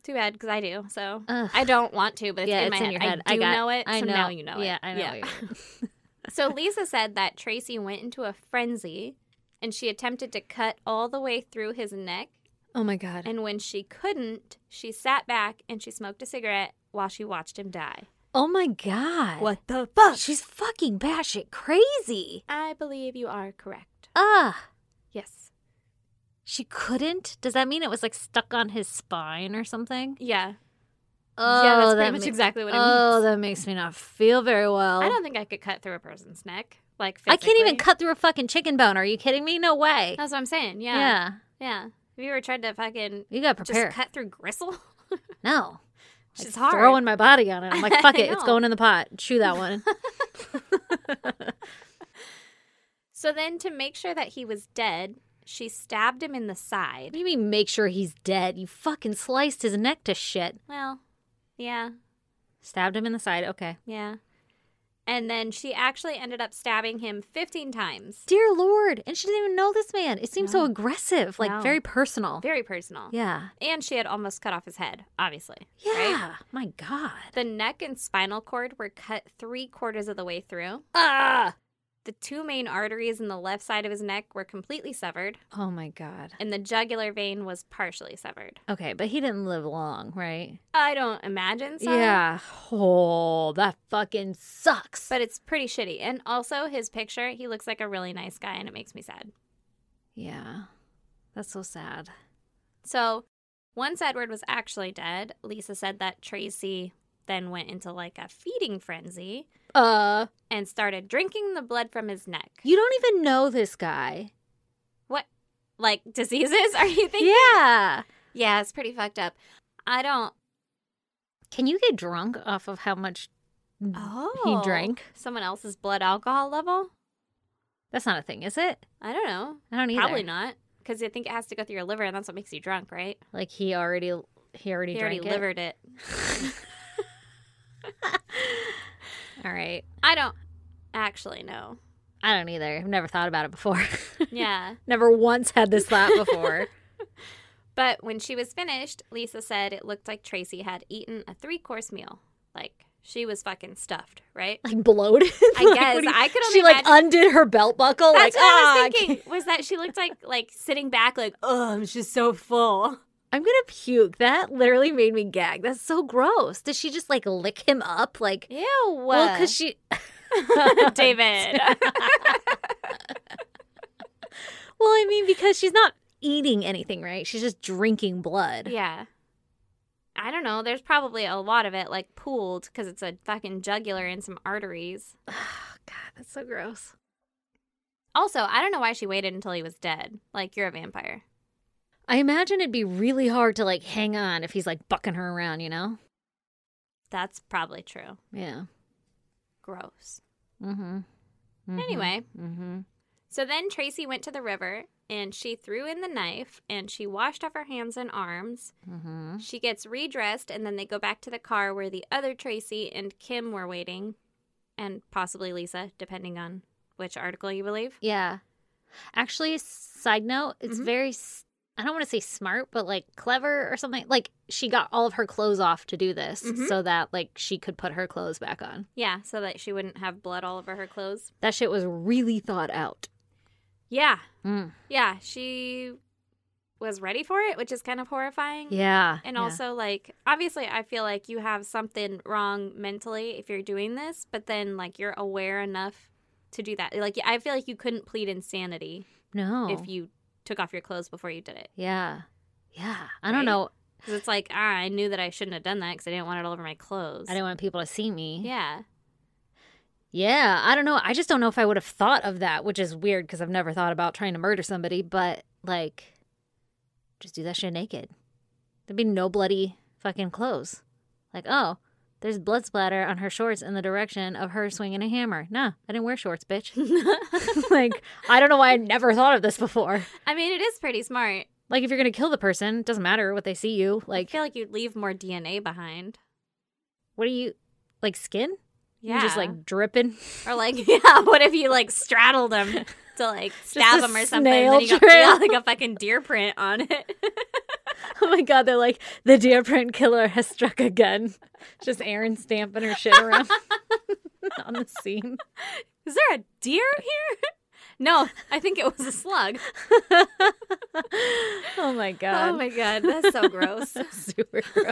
[SPEAKER 1] too bad because I do. So
[SPEAKER 2] Ugh.
[SPEAKER 1] I don't want to, but it's
[SPEAKER 2] yeah,
[SPEAKER 1] in
[SPEAKER 2] it's
[SPEAKER 1] my
[SPEAKER 2] in
[SPEAKER 1] head.
[SPEAKER 2] your head.
[SPEAKER 1] I do
[SPEAKER 2] got-
[SPEAKER 1] know it.
[SPEAKER 2] I
[SPEAKER 1] so
[SPEAKER 2] know.
[SPEAKER 1] now you know it.
[SPEAKER 2] Yeah, I know. what you're-
[SPEAKER 1] <laughs> So Lisa said that Tracy went into a frenzy and she attempted to cut all the way through his neck.
[SPEAKER 2] Oh my god.
[SPEAKER 1] And when she couldn't, she sat back and she smoked a cigarette while she watched him die.
[SPEAKER 2] Oh my god.
[SPEAKER 1] the fuck?
[SPEAKER 2] She's fucking batshit crazy.
[SPEAKER 1] I believe you are correct.
[SPEAKER 2] Ugh.
[SPEAKER 1] Yes.
[SPEAKER 2] She couldn't? Does that mean it was like stuck on his spine or something?
[SPEAKER 1] Yeah. yeah, that's pretty much
[SPEAKER 2] Oh, ma-
[SPEAKER 1] exactly what it
[SPEAKER 2] Oh,
[SPEAKER 1] means.
[SPEAKER 2] that makes me not feel very well.
[SPEAKER 1] I don't think I could cut through a person's neck. Like
[SPEAKER 2] I can't even
[SPEAKER 1] physically.
[SPEAKER 2] cut through a fucking chicken bone. Are you kidding me? No way.
[SPEAKER 1] That's what I'm saying. Yeah.
[SPEAKER 2] yeah.
[SPEAKER 1] Yeah. Have you ever tried to fucking
[SPEAKER 2] You gotta prepare.
[SPEAKER 1] just cut through gristle? <laughs>
[SPEAKER 2] no.
[SPEAKER 1] She's
[SPEAKER 2] Like,
[SPEAKER 1] hard.
[SPEAKER 2] Throwing my body on it. I'm like, fuck
[SPEAKER 1] <laughs> I
[SPEAKER 2] it. It's
[SPEAKER 1] know.
[SPEAKER 2] going in the pot. Chew that
[SPEAKER 1] <laughs>
[SPEAKER 2] one.
[SPEAKER 1] So then to make sure that he was dead, she stabbed him in the side.
[SPEAKER 2] what do you mean make sure he's dead? You fucking sliced his neck to shit.
[SPEAKER 1] Well, yeah,
[SPEAKER 2] Stabbed him in the side. Okay.
[SPEAKER 1] yeah. And then she actually ended up stabbing him 15 times.
[SPEAKER 2] Dear Lord. And she didn't even know this man. It seems so
[SPEAKER 1] No.
[SPEAKER 2] aggressive, like
[SPEAKER 1] No.
[SPEAKER 2] very personal.
[SPEAKER 1] Very personal.
[SPEAKER 2] yeah.
[SPEAKER 1] And she had almost cut off his head, obviously.
[SPEAKER 2] Yeah.
[SPEAKER 1] right?
[SPEAKER 2] My God.
[SPEAKER 1] The neck and spinal cord were cut three quarters of the way through.
[SPEAKER 2] Ah.
[SPEAKER 1] The two main arteries in the left side of his neck were completely severed,
[SPEAKER 2] Oh my God.
[SPEAKER 1] and the jugular vein was partially severed.
[SPEAKER 2] Okay, but he didn't live long, right?
[SPEAKER 1] I don't imagine so.
[SPEAKER 2] Yeah. Oh, that fucking sucks.
[SPEAKER 1] But it's pretty shitty. And also, his picture, he looks like a really nice guy, and it makes me sad.
[SPEAKER 2] yeah. That's so sad.
[SPEAKER 1] So once Edward was actually dead, Lisa said that Tracy then went into like a feeding frenzy
[SPEAKER 2] Uh,
[SPEAKER 1] and started drinking the blood from his neck.
[SPEAKER 2] you don't even know this guy.
[SPEAKER 1] What? Like diseases? <laughs> Are you thinking?
[SPEAKER 2] yeah.
[SPEAKER 1] Yeah, it's pretty fucked up. I don't.
[SPEAKER 2] Can you get drunk off of how much
[SPEAKER 1] Oh.
[SPEAKER 2] he drank?
[SPEAKER 1] Someone else's blood alcohol level?
[SPEAKER 2] That's not a thing, is it?
[SPEAKER 1] I don't know.
[SPEAKER 2] I don't either.
[SPEAKER 1] Probably not. Because I think it has to go through your liver, and that's what makes you drunk, right?
[SPEAKER 2] Like he already he already
[SPEAKER 1] He already
[SPEAKER 2] drank it. <laughs>
[SPEAKER 1] livered it.
[SPEAKER 2] All right.
[SPEAKER 1] I don't
[SPEAKER 2] <laughs>
[SPEAKER 1] actually know.
[SPEAKER 2] I don't either. I've never thought about it before. <laughs>
[SPEAKER 1] Yeah.
[SPEAKER 2] never once had this
[SPEAKER 1] <laughs>
[SPEAKER 2] thought before.
[SPEAKER 1] But when she was finished, Lisa said it looked like Tracy had eaten a three course meal. Like she was fucking stuffed, right?
[SPEAKER 2] like bloated. <laughs>
[SPEAKER 1] I
[SPEAKER 2] Like,
[SPEAKER 1] guess
[SPEAKER 2] what do you-
[SPEAKER 1] I could only
[SPEAKER 2] She like
[SPEAKER 1] imagine-
[SPEAKER 2] undid her belt buckle. like,
[SPEAKER 1] That's what I
[SPEAKER 2] "Ah,
[SPEAKER 1] was thinking. Was that she looked like like sitting back, like oh, I'm just so full.
[SPEAKER 2] I'm gonna puke. That literally made me gag. That's so gross. Did she just like lick him up? Like,
[SPEAKER 1] Ew.
[SPEAKER 2] well, because
[SPEAKER 1] <laughs>
[SPEAKER 2] she, <laughs>
[SPEAKER 1] David.
[SPEAKER 2] well, I mean, because she's not eating anything, right? She's just drinking blood.
[SPEAKER 1] Yeah. I don't know. There's probably a lot of it like pooled because it's a fucking jugular and some arteries.
[SPEAKER 2] Oh, <sighs> God, that's so gross.
[SPEAKER 1] Also, I don't know why she waited until he was dead. Like, you're a vampire.
[SPEAKER 2] I imagine it'd be really hard to like hang on if he's like bucking her around, you know?
[SPEAKER 1] That's probably true.
[SPEAKER 2] Yeah.
[SPEAKER 1] Gross.
[SPEAKER 2] Mm-hmm.
[SPEAKER 1] Anyway,
[SPEAKER 2] Mm-hmm.
[SPEAKER 1] so then Tracy went to the river and she threw in the knife and she washed off her hands and arms.
[SPEAKER 2] Mm-hmm.
[SPEAKER 1] She gets redressed and then they go back to the car where the other Tracy and Kim were waiting and possibly Lisa, depending on which article you believe.
[SPEAKER 2] Yeah. Actually, side note, it's
[SPEAKER 1] Mhm.
[SPEAKER 2] very, s- I don't want to say smart, but like clever or something. Like she got all of her clothes off to do this
[SPEAKER 1] Mhm.
[SPEAKER 2] so that like she could put her clothes back on.
[SPEAKER 1] Yeah, so that she wouldn't have blood all over her clothes.
[SPEAKER 2] That shit was really thought out.
[SPEAKER 1] Yeah,
[SPEAKER 2] Mm.
[SPEAKER 1] yeah, she was ready for it, which is kind of horrifying.
[SPEAKER 2] Yeah.
[SPEAKER 1] And
[SPEAKER 2] yeah.
[SPEAKER 1] also, like, obviously, I feel like you have something wrong mentally if you're doing this, but then, like, you're aware enough to do that. Like, I feel like you couldn't plead insanity
[SPEAKER 2] no.
[SPEAKER 1] if you took off your clothes before you did it.
[SPEAKER 2] Yeah. Yeah. I don't
[SPEAKER 1] Right?
[SPEAKER 2] know.
[SPEAKER 1] Because it's like, ah, I knew that I shouldn't have done that because I didn't want it all over my clothes.
[SPEAKER 2] I didn't want people to see me. <laughs>
[SPEAKER 1] Yeah.
[SPEAKER 2] Yeah, I don't know. I just don't know if I would have thought of that, which is weird because I've never thought about trying to murder somebody, but like, just do that shit naked. There'd be no bloody fucking clothes. Like, oh, there's blood splatter on her shorts in the direction of her swinging a hammer. Nah, I didn't wear shorts, bitch. <laughs> like, I don't know why I never thought of this before.
[SPEAKER 1] I mean, it is pretty smart.
[SPEAKER 2] Like, if you're gonna kill the person, it doesn't matter what they see you.
[SPEAKER 1] I
[SPEAKER 2] Like,
[SPEAKER 1] feel like you'd leave more DNA behind.
[SPEAKER 2] what are you, like skin?
[SPEAKER 1] Yeah.
[SPEAKER 2] You're just like dripping.
[SPEAKER 1] or like, <laughs> yeah, what if you like
[SPEAKER 2] <laughs>
[SPEAKER 1] straddled them to like stab
[SPEAKER 2] a
[SPEAKER 1] them or something? And
[SPEAKER 2] snail
[SPEAKER 1] then you got
[SPEAKER 2] trail.
[SPEAKER 1] yeah, like a fucking deer print on it. <laughs>
[SPEAKER 2] <laughs> Oh my god, they're like, the deer print killer has struck again. <laughs> Just Aaron stamping her shit around <laughs> on the scene.
[SPEAKER 1] Is there a deer here? <laughs> No, I think it was
[SPEAKER 2] <laughs>
[SPEAKER 1] a slug.
[SPEAKER 2] <laughs> Oh my god.
[SPEAKER 1] Oh my god, that's
[SPEAKER 2] <laughs>
[SPEAKER 1] so gross.
[SPEAKER 2] Super gross.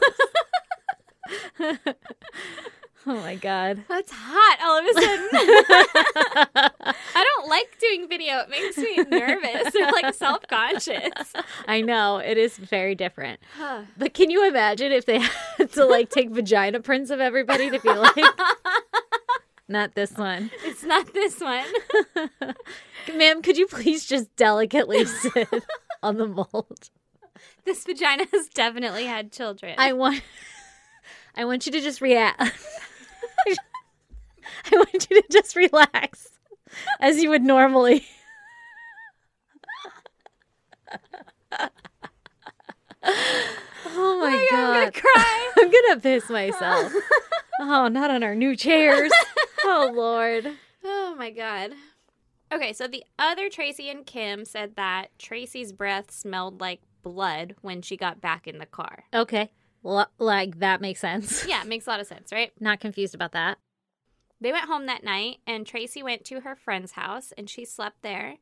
[SPEAKER 2] oh my god.
[SPEAKER 1] That's hot all of a sudden. I don't like doing video. It makes me nervous <laughs> or like self
[SPEAKER 2] <laughs>
[SPEAKER 1] conscious.
[SPEAKER 2] <laughs> I know, it is very different. But can you imagine if they <laughs> had to like take vagina prints of everybody to be <laughs> like not this one.
[SPEAKER 1] It's not this one. <laughs>
[SPEAKER 2] <laughs> Ma'am, could you please just <laughs> delicately sit on the mold?
[SPEAKER 1] This vagina has definitely had children.
[SPEAKER 2] I want I want you to just <laughs> react. I want you to just relax as you would normally. oh my
[SPEAKER 1] I'm gonna
[SPEAKER 2] god.
[SPEAKER 1] cry.
[SPEAKER 2] <laughs> I'm going to piss myself. oh, not on our new chairs. <laughs> oh lord.
[SPEAKER 1] Oh my god. Okay, so the other Tracy and Kim said that Tracy's breath smelled like blood when she got back in the car.
[SPEAKER 2] Okay. L- like that makes sense.
[SPEAKER 1] Yeah, it makes a lot of sense, right?
[SPEAKER 2] Not confused about that.
[SPEAKER 1] They went home that night, and Tracy went to her friend's house and she slept there.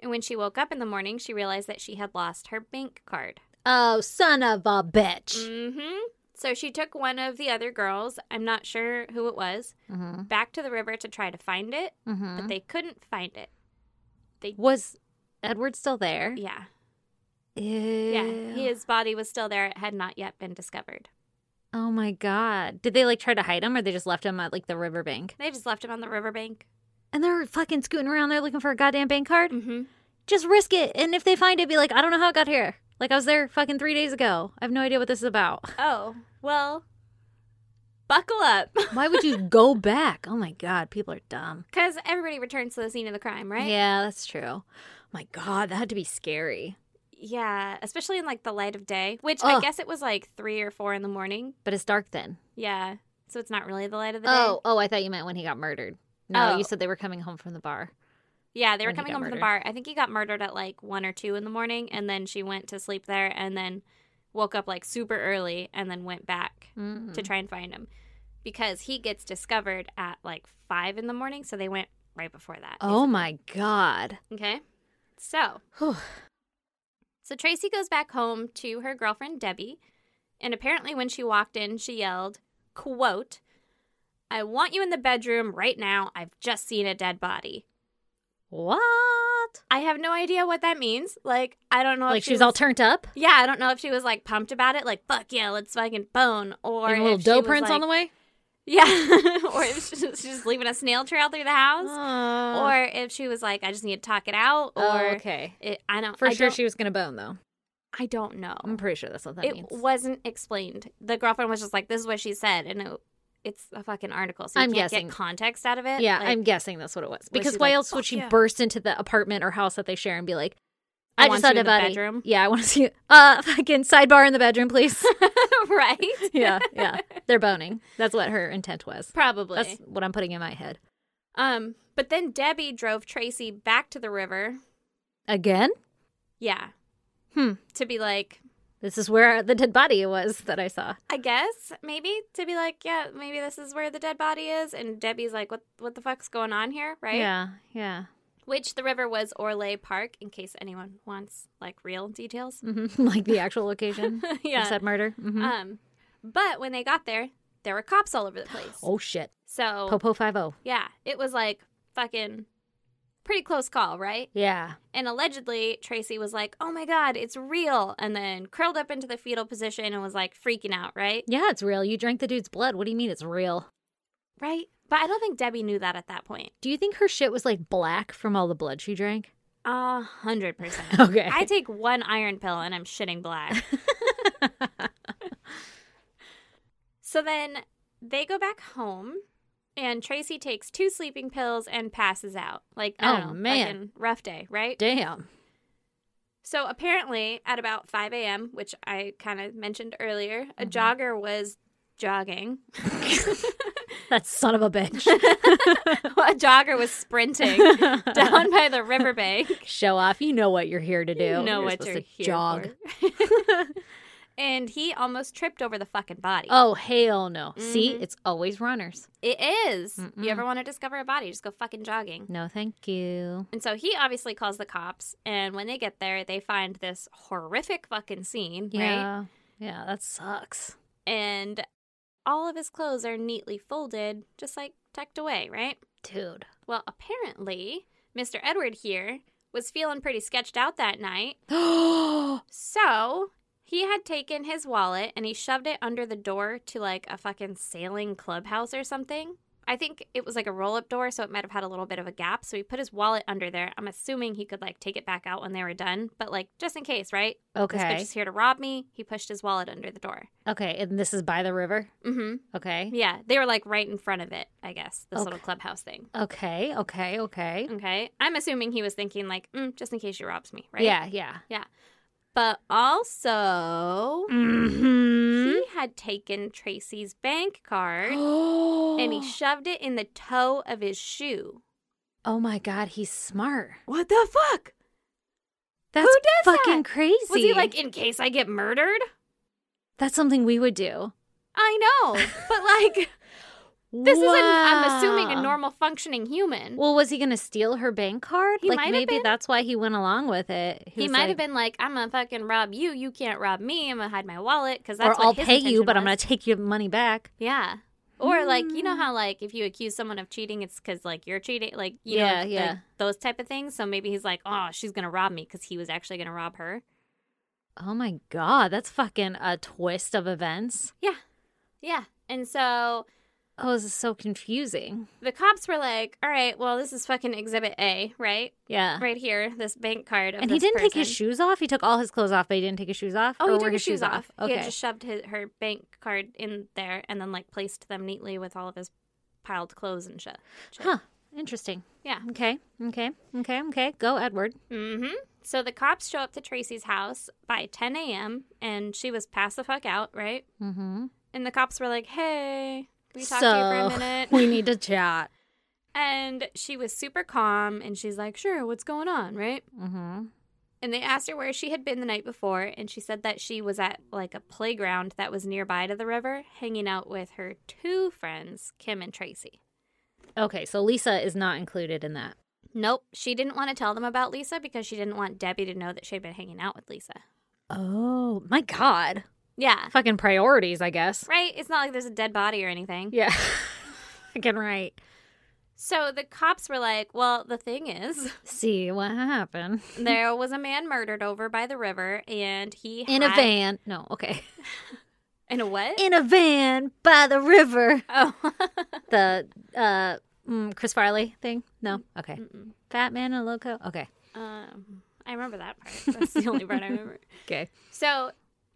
[SPEAKER 1] And when she woke up in the morning, she realized that she had lost her bank card.
[SPEAKER 2] Oh, son of a bitch.
[SPEAKER 1] Mm hmm. So she took one of the other girls, I'm not sure who it was,
[SPEAKER 2] Mhm.
[SPEAKER 1] back to the river to try to find it,
[SPEAKER 2] Mhm.
[SPEAKER 1] but they couldn't find it.
[SPEAKER 2] Was Edward still there?
[SPEAKER 1] Yeah. Yeah.
[SPEAKER 2] Mm-hmm. Yeah.
[SPEAKER 1] His body was still there. It had not yet been discovered.
[SPEAKER 2] Oh my god. Did they like try to hide him or they just left him at like the riverbank?
[SPEAKER 1] They just left him on the riverbank.
[SPEAKER 2] And they're fucking scooting around there looking for a goddamn bank card?
[SPEAKER 1] Mm hmm.
[SPEAKER 2] Just risk it. And if they find it, be like, I don't know how it got here. Like I was there fucking three days ago. I have no idea what this is about. <laughs>
[SPEAKER 1] Oh, well, buckle up. <laughs>
[SPEAKER 2] Why would you go back? Oh my god, people are dumb.
[SPEAKER 1] Because everybody returns to the scene of the crime, right?
[SPEAKER 2] Yeah, that's true. My god, that had to be scary.
[SPEAKER 1] Yeah, especially in like the light of day, which I
[SPEAKER 2] Ugh.
[SPEAKER 1] guess it was like three or four in the morning.
[SPEAKER 2] But it's dark then.
[SPEAKER 1] Yeah, so it's not really the light of the
[SPEAKER 2] Oh, oh, I thought you meant when he got murdered. No,
[SPEAKER 1] Oh.
[SPEAKER 2] you said they were coming home from the bar.
[SPEAKER 1] day. Yeah, they were
[SPEAKER 2] when he
[SPEAKER 1] coming
[SPEAKER 2] got
[SPEAKER 1] home from the bar. I think he got murdered at like one or two in the morning, and then she went to sleep there, and then woke up like super early, and then went back
[SPEAKER 2] Mm.
[SPEAKER 1] to try and find him because he gets discovered at like five in the morning. So they went right before that.
[SPEAKER 2] Oh my god.
[SPEAKER 1] Okay. So,
[SPEAKER 2] Whew.
[SPEAKER 1] so Tracy goes back home to her girlfriend Debbie, and apparently when she walked in, she yelled, "Quote, I want you in the bedroom right now. I've just seen a dead body."
[SPEAKER 2] What?
[SPEAKER 1] I have no idea what that means. Like, I don't know
[SPEAKER 2] Like
[SPEAKER 1] if
[SPEAKER 2] she was all turned up?
[SPEAKER 1] Yeah, I don't know if she was like pumped about it, like "fuck yeah, let's fucking bone," or
[SPEAKER 2] Leaving little
[SPEAKER 1] if she
[SPEAKER 2] dough
[SPEAKER 1] was,
[SPEAKER 2] prints on the
[SPEAKER 1] like-
[SPEAKER 2] way?
[SPEAKER 1] Yeah, <laughs> or if she's just leaving a snail trail through the house,
[SPEAKER 2] Oh.
[SPEAKER 1] or if she was like, "I just need to talk it out," or
[SPEAKER 2] Oh, okay.
[SPEAKER 1] it, I don't.
[SPEAKER 2] For
[SPEAKER 1] I
[SPEAKER 2] sure
[SPEAKER 1] don't,
[SPEAKER 2] she was going to bone, though.
[SPEAKER 1] I don't know.
[SPEAKER 2] I'm pretty sure that's what that
[SPEAKER 1] It
[SPEAKER 2] means.
[SPEAKER 1] wasn't explained. The girlfriend was just like, "This is what she said," and it, it's a fucking article, so you
[SPEAKER 2] I'm
[SPEAKER 1] can't
[SPEAKER 2] guessing.
[SPEAKER 1] get context out of it.
[SPEAKER 2] yeah,
[SPEAKER 1] Like,
[SPEAKER 2] I'm guessing that's what it was. Because
[SPEAKER 1] she
[SPEAKER 2] why
[SPEAKER 1] like,
[SPEAKER 2] else would
[SPEAKER 1] "Fuck
[SPEAKER 2] she
[SPEAKER 1] yeah."
[SPEAKER 2] burst into the apartment or house that they share and be like,
[SPEAKER 1] I
[SPEAKER 2] I, just
[SPEAKER 1] want
[SPEAKER 2] saw
[SPEAKER 1] you in the
[SPEAKER 2] about
[SPEAKER 1] bedroom.
[SPEAKER 2] Yeah, I want to see you. Uh, fucking sidebar in the bedroom,
[SPEAKER 1] <laughs>
[SPEAKER 2] please.
[SPEAKER 1] right?
[SPEAKER 2] <laughs> yeah, yeah. They're boning. That's what her intent was.
[SPEAKER 1] <laughs> Probably.
[SPEAKER 2] That's what I'm putting in my head.
[SPEAKER 1] Um, but then Debbie drove Tracy back to the river.
[SPEAKER 2] Again?
[SPEAKER 1] Yeah.
[SPEAKER 2] Hmm.
[SPEAKER 1] To be like,
[SPEAKER 2] This is where the dead body was that I saw.
[SPEAKER 1] I guess maybe to be like, yeah, maybe this is where the dead body is, and Debbie's like, what, what the fuck's going on here, right?
[SPEAKER 2] Yeah, yeah.
[SPEAKER 1] Which the river was Orlay Park, in case anyone wants like real details. <laughs>
[SPEAKER 2] hmm <laughs> like the actual location of said murder. Mhm.
[SPEAKER 1] Um, but when they got there, there were cops all over the place.
[SPEAKER 2] <gasps> oh shit.
[SPEAKER 1] So
[SPEAKER 2] Popo five oh.
[SPEAKER 1] yeah, it was like fucking pretty close call, right?
[SPEAKER 2] Yeah.
[SPEAKER 1] And allegedly, Tracy was like, oh my God, it's real. And then curled up into the fetal position and was like freaking out, right?
[SPEAKER 2] Yeah, it's real. You drank the dude's blood. What do you mean it's real? Mm.
[SPEAKER 1] Right? But I don't think Debbie knew that at that point.
[SPEAKER 2] Do you think her shit was like black from all the blood she drank? <laughs>
[SPEAKER 1] A hundred percent.
[SPEAKER 2] Okay.
[SPEAKER 1] I take one iron pill and I'm
[SPEAKER 2] <laughs>
[SPEAKER 1] shitting black. so then they go back home and Tracy takes two sleeping pills and passes out. Like, I don't
[SPEAKER 2] Oh,
[SPEAKER 1] know,
[SPEAKER 2] man.
[SPEAKER 1] fucking rough day, right?
[SPEAKER 2] <laughs> Damn.
[SPEAKER 1] So apparently, at about 5 a.m., which I kind of mentioned earlier, a
[SPEAKER 2] Mm-hmm.
[SPEAKER 1] jogger was
[SPEAKER 2] <laughs>
[SPEAKER 1] jogging. <laughs>
[SPEAKER 2] That son of a bitch.
[SPEAKER 1] a jogger was sprinting
[SPEAKER 2] <laughs>
[SPEAKER 1] down by the riverbank.
[SPEAKER 2] Show off. You know what you're here to do.
[SPEAKER 1] You know what
[SPEAKER 2] supposed
[SPEAKER 1] you're
[SPEAKER 2] to
[SPEAKER 1] here
[SPEAKER 2] jog.
[SPEAKER 1] for. <laughs> and he almost tripped over the fucking body.
[SPEAKER 2] Oh hell no. See,
[SPEAKER 1] Mhm.
[SPEAKER 2] it's always runners.
[SPEAKER 1] It is.
[SPEAKER 2] Mm-mm.
[SPEAKER 1] You ever want to discover a body, just go fucking jogging.
[SPEAKER 2] No, thank you.
[SPEAKER 1] And so he obviously calls the cops, and when they get there, they find this horrific fucking scene, right?
[SPEAKER 2] Yeah. Yeah, that sucks.
[SPEAKER 1] and all of his clothes are neatly folded, just like tucked away, right? <gasps>
[SPEAKER 2] Dude. <gasps>
[SPEAKER 1] Well, apparently, Mr. Edward here was feeling pretty sketched out that night,
[SPEAKER 2] Oh,
[SPEAKER 1] so he had taken his wallet and he shoved it under the door to like a fucking sailing clubhouse or something. I think it was like a roll up door, so it might have had a little bit of a gap. So he put his wallet under there. I'm assuming he could like take it back out when they were done, but like just in case, right? This bitch
[SPEAKER 2] okay.
[SPEAKER 1] is here to rob me. He pushed his wallet under the door.
[SPEAKER 2] Okay, and this is by the river.
[SPEAKER 1] Mm hmm.
[SPEAKER 2] Okay.
[SPEAKER 1] Yeah, they were like right in front of it, I guess, this
[SPEAKER 2] Okay.
[SPEAKER 1] little clubhouse thing.
[SPEAKER 2] Okay, okay, okay.
[SPEAKER 1] Okay. I'm assuming he was thinking, like, mm, just in case she robs me, right?
[SPEAKER 2] Yeah, yeah.
[SPEAKER 1] But also,
[SPEAKER 2] Mm-hmm. <gasps>
[SPEAKER 1] he had taken Tracy's bank card and
[SPEAKER 2] and
[SPEAKER 1] <gasps> he shoved it in the toe of his shoe.
[SPEAKER 2] oh my god, he's smart.
[SPEAKER 1] What the fuck?
[SPEAKER 2] That's
[SPEAKER 1] does that?
[SPEAKER 2] fucking crazy.
[SPEAKER 1] Was he like, in case I get murdered?
[SPEAKER 2] That's something we would do.
[SPEAKER 1] I <laughs> know. But like, this is, an, I'm assuming,
[SPEAKER 2] Wow.
[SPEAKER 1] a normal functioning human.
[SPEAKER 2] Well, was he gonna steal her bank card?
[SPEAKER 1] He
[SPEAKER 2] like
[SPEAKER 1] might have
[SPEAKER 2] maybe
[SPEAKER 1] been.
[SPEAKER 2] that's why he went along with it.
[SPEAKER 1] he
[SPEAKER 2] was
[SPEAKER 1] might have
[SPEAKER 2] like,
[SPEAKER 1] been like, I'm gonna fucking rob you. You can't rob me. I'm gonna hide my wallet because
[SPEAKER 2] or
[SPEAKER 1] that's what
[SPEAKER 2] I'll
[SPEAKER 1] his
[SPEAKER 2] pay you,
[SPEAKER 1] intention
[SPEAKER 2] but I'm
[SPEAKER 1] was.
[SPEAKER 2] gonna take your money back.
[SPEAKER 1] Yeah. Or like you know how like if you accuse someone of cheating, it's because like you're cheating, like you know,
[SPEAKER 2] Yeah,
[SPEAKER 1] like,
[SPEAKER 2] yeah.
[SPEAKER 1] those type of things. So maybe he's like, oh, she's gonna rob me because he was actually gonna rob her.
[SPEAKER 2] Oh my god, that's fucking a twist of events.
[SPEAKER 1] Yeah, yeah. And so
[SPEAKER 2] Oh, this is so confusing.
[SPEAKER 1] the cops were like, all right, well, this is fucking Exhibit A, right,
[SPEAKER 2] Yeah.
[SPEAKER 1] right here, this bank card. Of
[SPEAKER 2] Uh-huh. And he
[SPEAKER 1] this
[SPEAKER 2] didn't take his
[SPEAKER 1] person.
[SPEAKER 2] shoes off. He took all his clothes off, but he didn't take his shoes off.
[SPEAKER 1] Oh,
[SPEAKER 2] Or
[SPEAKER 1] he
[SPEAKER 2] were
[SPEAKER 1] took his shoes off. He
[SPEAKER 2] Okay.
[SPEAKER 1] had just shoved his, her bank card in there and then like placed them neatly with all of his piled clothes and shit. shit.
[SPEAKER 2] Huh. Interesting.
[SPEAKER 1] Yeah.
[SPEAKER 2] Okay. Okay. Okay. Okay. Go, Edward.
[SPEAKER 1] Mm-hmm. So the cops show up to Tracy's house by 10 a.m. and she was passed the fuck out, right?
[SPEAKER 2] Mm-hmm.
[SPEAKER 1] And the cops were like, "Hey, can we talk
[SPEAKER 2] so
[SPEAKER 1] to you for a
[SPEAKER 2] <laughs>
[SPEAKER 1] minute?"
[SPEAKER 2] we need to chat.
[SPEAKER 1] and she was super calm, and she's like, "Sure, what's going on?" Right?
[SPEAKER 2] Mm-hmm.
[SPEAKER 1] And they asked her where she had been the night before, and she said that she was at like a playground that was nearby to the river, hanging out with her two friends, Kim and Tracy.
[SPEAKER 2] Okay. So Lisa is not included in that.
[SPEAKER 1] Nope, she didn't want to tell them about Lisa because she didn't want Debbie to know that she had been hanging out with Lisa.
[SPEAKER 2] Oh my God.
[SPEAKER 1] Yeah,
[SPEAKER 2] Fucking priorities, I guess. <laughs>
[SPEAKER 1] right? It's not like there's a dead body or anything.
[SPEAKER 2] Yeah. Fucking right.
[SPEAKER 1] So the cops were like, well, the
[SPEAKER 2] <laughs>
[SPEAKER 1] thing is,
[SPEAKER 2] See what happened
[SPEAKER 1] there was a man murdered over by the river and he
[SPEAKER 2] in a
[SPEAKER 1] had-
[SPEAKER 2] van. No, okay,
[SPEAKER 1] In a what?
[SPEAKER 2] in a van by the river.
[SPEAKER 1] oh. <laughs>
[SPEAKER 2] The uh, mm, Chris Farley thing. No, okay,
[SPEAKER 1] Mm-mm.
[SPEAKER 2] Fat Man and Loco. Okay,
[SPEAKER 1] um, I remember that part. That's the only part I remember.
[SPEAKER 2] okay.
[SPEAKER 1] So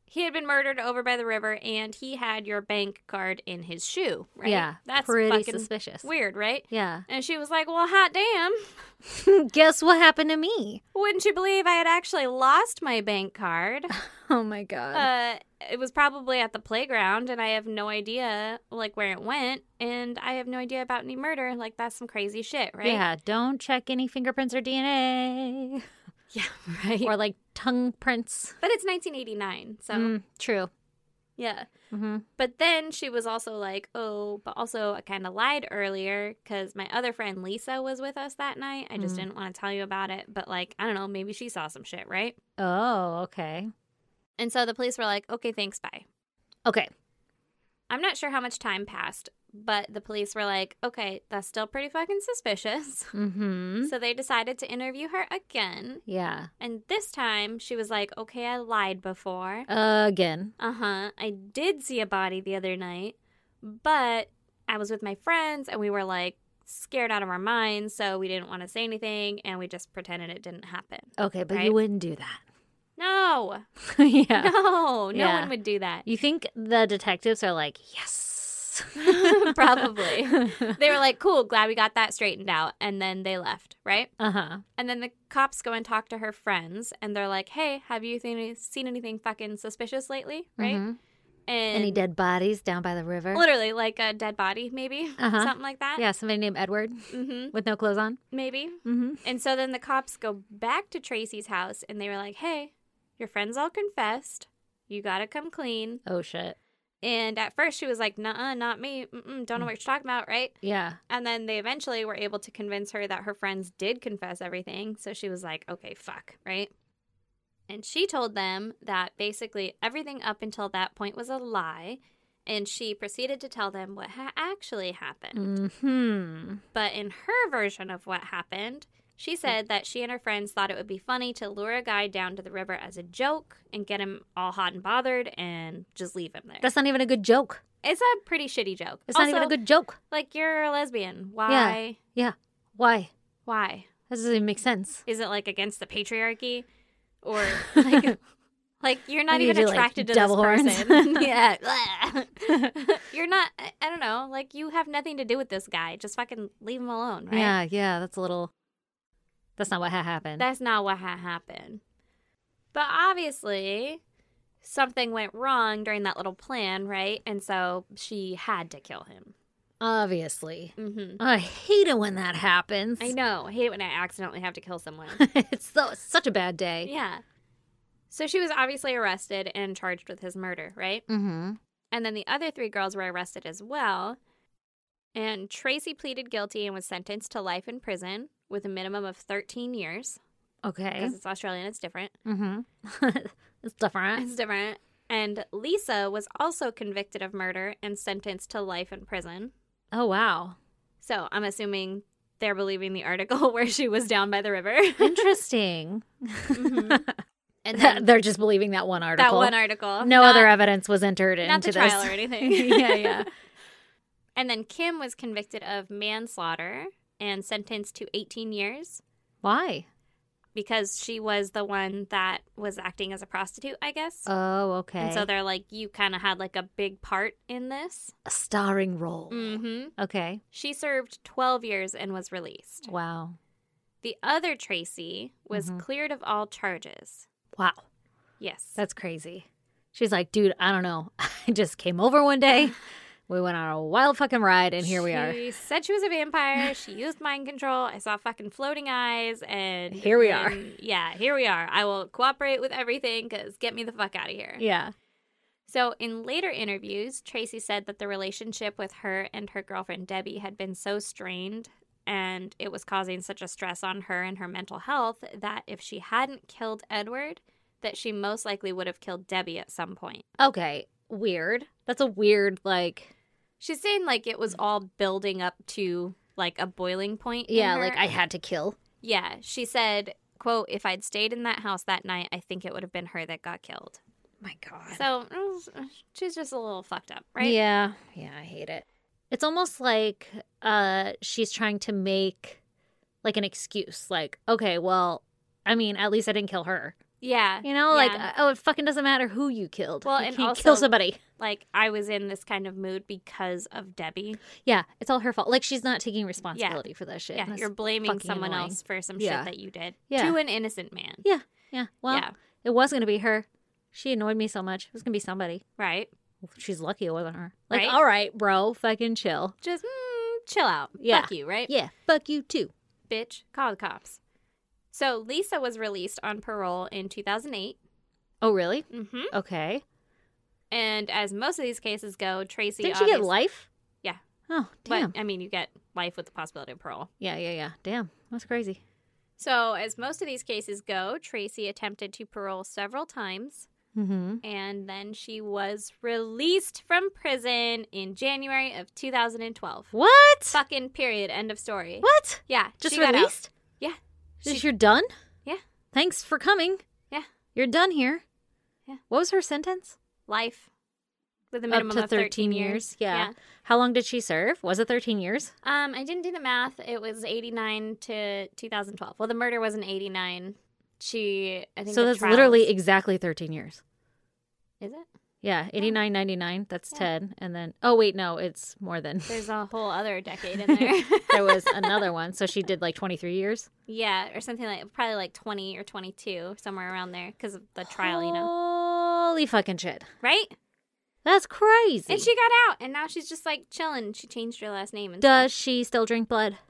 [SPEAKER 1] he had been murdered over by the river and he had your bank card in his shoe, right?
[SPEAKER 2] Yeah,
[SPEAKER 1] That's
[SPEAKER 2] pretty
[SPEAKER 1] fucking
[SPEAKER 2] suspicious.
[SPEAKER 1] weird, right?
[SPEAKER 2] Yeah. <laughs>
[SPEAKER 1] And she was like, well, hot damn.
[SPEAKER 2] Guess what happened to me?
[SPEAKER 1] Wouldn't you believe I had actually lost my bank
[SPEAKER 2] <laughs>
[SPEAKER 1] card?
[SPEAKER 2] Oh my god.
[SPEAKER 1] Uh, it was probably at the playground, and I have no idea like where it went, and I have no idea about any murder. Like that's some crazy shit, right?
[SPEAKER 2] Yeah, don't check any fingerprints or DNA
[SPEAKER 1] <laughs> yeah, right.
[SPEAKER 2] or like tongue prints.
[SPEAKER 1] but it's 1989, so
[SPEAKER 2] Mm, true.
[SPEAKER 1] yeah.
[SPEAKER 2] hmm
[SPEAKER 1] But then she was also like, "Oh, but also I kind of lied earlier because my other friend Lisa was with us that night. I just
[SPEAKER 2] Mm.
[SPEAKER 1] didn't want to tell you about it, but like I don't know, maybe she saw some shit, right?"
[SPEAKER 2] Oh, okay.
[SPEAKER 1] And so the police were like, "Okay, thanks, bye."
[SPEAKER 2] Okay.
[SPEAKER 1] I'm not sure how much time passed, but the police were like, "Okay, that's still pretty fucking suspicious."
[SPEAKER 2] Mm-hmm.
[SPEAKER 1] So they decided to interview her again.
[SPEAKER 2] Yeah.
[SPEAKER 1] And this time she was like, okay, I lied before.
[SPEAKER 2] again.
[SPEAKER 1] Uh huh. I did see a body the other night, but I was with my friends and we were like scared out of our minds. So we didn't want to say anything and we just pretended it didn't happen.
[SPEAKER 2] Okay, but
[SPEAKER 1] Right?
[SPEAKER 2] you wouldn't do that. <laughs>
[SPEAKER 1] No,
[SPEAKER 2] yeah.
[SPEAKER 1] no, no
[SPEAKER 2] Yeah.
[SPEAKER 1] one would do that.
[SPEAKER 2] You think the detectives are like, yes.
[SPEAKER 1] <laughs>
[SPEAKER 2] <laughs>
[SPEAKER 1] Probably. They were like, cool, glad we got that straightened out. And then they left, right?
[SPEAKER 2] uh huh.
[SPEAKER 1] And then the cops go and talk to her friends and they're like, hey, have you seen, seen anything fucking suspicious lately? Right? And
[SPEAKER 2] Mm-hmm. Any dead bodies down by the river?
[SPEAKER 1] literally like a dead body, maybe
[SPEAKER 2] Uh-huh.
[SPEAKER 1] something like that.
[SPEAKER 2] Yeah, somebody named Edward
[SPEAKER 1] <laughs> hmm
[SPEAKER 2] with no clothes on.
[SPEAKER 1] maybe.
[SPEAKER 2] Mm-hmm.
[SPEAKER 1] And so then the cops go back to Tracy's house and they were like, "Hey, your friends all confessed. You gotta come clean."
[SPEAKER 2] Oh shit.
[SPEAKER 1] And at first she was like, "Nah, not me. Mm-mm, don't know what you're talking about, right?"
[SPEAKER 2] Yeah.
[SPEAKER 1] And then they eventually were able to convince her that her friends did confess everything. So she was like, okay, fuck, right? And she told them that basically everything up until that point was a lie. And she proceeded to tell them what ha- actually happened.
[SPEAKER 2] Mm-hmm.
[SPEAKER 1] But in her version of what happened, she
[SPEAKER 2] Mm.
[SPEAKER 1] said that she and her friends thought it would be funny to lure a guy down to the river as a joke and get him all hot and bothered and just leave him there.
[SPEAKER 2] That's not even a good joke.
[SPEAKER 1] it's a pretty shitty joke.
[SPEAKER 2] It's not even a
[SPEAKER 1] Also,
[SPEAKER 2] good joke.
[SPEAKER 1] like you're a lesbian. Why?
[SPEAKER 2] Yeah. Why?
[SPEAKER 1] Why?
[SPEAKER 2] That doesn't even make
[SPEAKER 1] <laughs>
[SPEAKER 2] sense.
[SPEAKER 1] Is it like against the patriarchy,
[SPEAKER 2] <laughs>
[SPEAKER 1] or like, like you're not
[SPEAKER 2] Maybe
[SPEAKER 1] even
[SPEAKER 2] you do, like,
[SPEAKER 1] attracted to
[SPEAKER 2] devil horns. <laughs>
[SPEAKER 1] this person? <laughs> yeah, you're not. I- I don't know. Like you have nothing to do with this guy. Just fucking leave him alone, right?
[SPEAKER 2] Yeah, yeah, that's a little. That's not what ha- happened.
[SPEAKER 1] That's not what ha- happened. But obviously, something went wrong during that little plan, right? And so she had to kill him.
[SPEAKER 2] Obviously,
[SPEAKER 1] hmm
[SPEAKER 2] I hate it when that happens. <laughs>
[SPEAKER 1] I know. I hate it when I accidentally have to kill someone.
[SPEAKER 2] it's so, such a bad day.
[SPEAKER 1] yeah. So she was obviously arrested and charged with his murder, right?
[SPEAKER 2] Mm-hmm.
[SPEAKER 1] And then the other three girls were arrested as well. And Tracy pleaded guilty and was sentenced to life in prison with a minimum of 13 years
[SPEAKER 2] Okay.
[SPEAKER 1] because it's Australian, it's different.
[SPEAKER 2] Mm-hmm. <laughs> it's different.
[SPEAKER 1] It's different. And Lisa was also convicted of murder and sentenced to life in prison.
[SPEAKER 2] Oh
[SPEAKER 1] <laughs>
[SPEAKER 2] wow,
[SPEAKER 1] So I'm assuming they're believing the article <laughs> where she was down by the river.
[SPEAKER 2] interesting.
[SPEAKER 1] <laughs> Mhm. And
[SPEAKER 2] <laughs>
[SPEAKER 1] then
[SPEAKER 2] They're just believing that one Mm-hmm. article.
[SPEAKER 1] that one article.
[SPEAKER 2] no
[SPEAKER 1] Not-
[SPEAKER 2] other evidence was entered
[SPEAKER 1] Not
[SPEAKER 2] into
[SPEAKER 1] the trial
[SPEAKER 2] <laughs> this.
[SPEAKER 1] or anything.
[SPEAKER 2] yeah, yeah.
[SPEAKER 1] <laughs> And then Kim was convicted of manslaughter and sentenced to 18 years.
[SPEAKER 2] Why?
[SPEAKER 1] because she was the one that was acting as a prostitute, I guess.
[SPEAKER 2] Oh, okay.
[SPEAKER 1] And so they're like, you kind of had like a big part in this.
[SPEAKER 2] a starring role.
[SPEAKER 1] Mm-hmm.
[SPEAKER 2] Okay.
[SPEAKER 1] She served 12 years and was released.
[SPEAKER 2] Wow.
[SPEAKER 1] The other Tracy was
[SPEAKER 2] Mhm.
[SPEAKER 1] cleared of all charges.
[SPEAKER 2] Wow.
[SPEAKER 1] Yes.
[SPEAKER 2] That's crazy. She's like, dude, I don't know. <laughs> I just came over one day.
[SPEAKER 1] <laughs>
[SPEAKER 2] We went on a wild fucking ride, and here we are.
[SPEAKER 1] She said she was a
[SPEAKER 2] <laughs>
[SPEAKER 1] vampire. she used mind control. I saw fucking floating eyes, and
[SPEAKER 2] Here we are.
[SPEAKER 1] then- Yeah, here we are. I will cooperate with everything because get me the fuck out of here.
[SPEAKER 2] Yeah.
[SPEAKER 1] So, in later interviews, Tracy said that the relationship with her and her girlfriend Debbie had been so strained and it was causing such a stress on her and her mental health that if she hadn't killed Edward, that she most likely would have killed Debbie at some point.
[SPEAKER 2] Okay. Weird. That's a weird, like,
[SPEAKER 1] She's saying like it was all building up to like a boiling point. in
[SPEAKER 2] Yeah,
[SPEAKER 1] her.
[SPEAKER 2] like I had to kill.
[SPEAKER 1] Yeah, she said, "quote If I'd stayed in that house that night, I think it would have been her that got killed."
[SPEAKER 2] My God.
[SPEAKER 1] So mm, she's just a little fucked up, right?
[SPEAKER 2] Yeah. Yeah, I hate it. It's almost like uh she's trying to make like an excuse. Like, okay, well, I mean, at least I didn't kill her.
[SPEAKER 1] Yeah,
[SPEAKER 2] You know, like
[SPEAKER 1] Yeah.
[SPEAKER 2] oh, it fucking doesn't matter who you killed.
[SPEAKER 1] Well,
[SPEAKER 2] you
[SPEAKER 1] and
[SPEAKER 2] can't
[SPEAKER 1] also-
[SPEAKER 2] kill somebody.
[SPEAKER 1] like I was in this kind of mood because of Debbie.
[SPEAKER 2] Yeah, it's all her fault. Like she's not taking responsibility for that shit.
[SPEAKER 1] Yeah,
[SPEAKER 2] and that's-
[SPEAKER 1] you're blaming
[SPEAKER 2] fucking
[SPEAKER 1] someone
[SPEAKER 2] annoying.
[SPEAKER 1] else for some
[SPEAKER 2] Yeah.
[SPEAKER 1] shit that you did
[SPEAKER 2] Yeah.
[SPEAKER 1] to an innocent man.
[SPEAKER 2] Yeah, yeah. Well,
[SPEAKER 1] Yeah.
[SPEAKER 2] it was gonna be her. She annoyed me so much. It was gonna be somebody.
[SPEAKER 1] Right?
[SPEAKER 2] She's lucky it wasn't her. Like,
[SPEAKER 1] Right?
[SPEAKER 2] all right, bro, fucking chill.
[SPEAKER 1] Just mm, chill out.
[SPEAKER 2] Yeah.
[SPEAKER 1] Fuck you, right?
[SPEAKER 2] Yeah, fuck you too.
[SPEAKER 1] Bitch, call the cops. So Lisa was released on parole in 2008.
[SPEAKER 2] Oh, really?
[SPEAKER 1] Mm-hmm.
[SPEAKER 2] Okay.
[SPEAKER 1] And as most of these cases go, Tracy
[SPEAKER 2] Didn't she get
[SPEAKER 1] obvious-
[SPEAKER 2] life?
[SPEAKER 1] Yeah.
[SPEAKER 2] Oh, damn.
[SPEAKER 1] But I mean, you get life with the possibility of parole.
[SPEAKER 2] Yeah, yeah, yeah. Damn, that's crazy.
[SPEAKER 1] So as most of these cases go, Tracy attempted to parole several times.
[SPEAKER 2] Mm-hmm.
[SPEAKER 1] and then she was released from prison in January of 2012.
[SPEAKER 2] What?
[SPEAKER 1] Fucking period. End of story.
[SPEAKER 2] What?
[SPEAKER 1] Yeah,
[SPEAKER 2] Just
[SPEAKER 1] she got out.
[SPEAKER 2] released?
[SPEAKER 1] Yeah,
[SPEAKER 2] Just
[SPEAKER 1] She-
[SPEAKER 2] you're done?
[SPEAKER 1] Yeah.
[SPEAKER 2] Thanks for coming.
[SPEAKER 1] Yeah.
[SPEAKER 2] You're done here.
[SPEAKER 1] Yeah.
[SPEAKER 2] What was her sentence?
[SPEAKER 1] life with a minimum
[SPEAKER 2] Up to
[SPEAKER 1] of 13, years.
[SPEAKER 2] Yeah. How long did she serve? Was it 13 years?
[SPEAKER 1] Yeah. Um, I didn't do the math. It was 89 to 2012. Well, the murder was in 89. She, I think.
[SPEAKER 2] So
[SPEAKER 1] the
[SPEAKER 2] that's
[SPEAKER 1] trials-
[SPEAKER 2] literally exactly 13 years.
[SPEAKER 1] Is it?
[SPEAKER 2] Yeah, 89, 99, that's
[SPEAKER 1] Yeah.
[SPEAKER 2] 10. And then, oh, wait, no, it's more than. <laughs>
[SPEAKER 1] There's a whole other decade in there.
[SPEAKER 2] there was another one. So she did like 23 years.
[SPEAKER 1] yeah, or something like probably like 20 or 22, somewhere around there, because of the trial, you know,
[SPEAKER 2] Holy fucking shit.
[SPEAKER 1] right?
[SPEAKER 2] That's crazy.
[SPEAKER 1] And she got out, and now she's just like chilling. She changed her last name. And
[SPEAKER 2] Does she still drink blood?
[SPEAKER 1] stuff.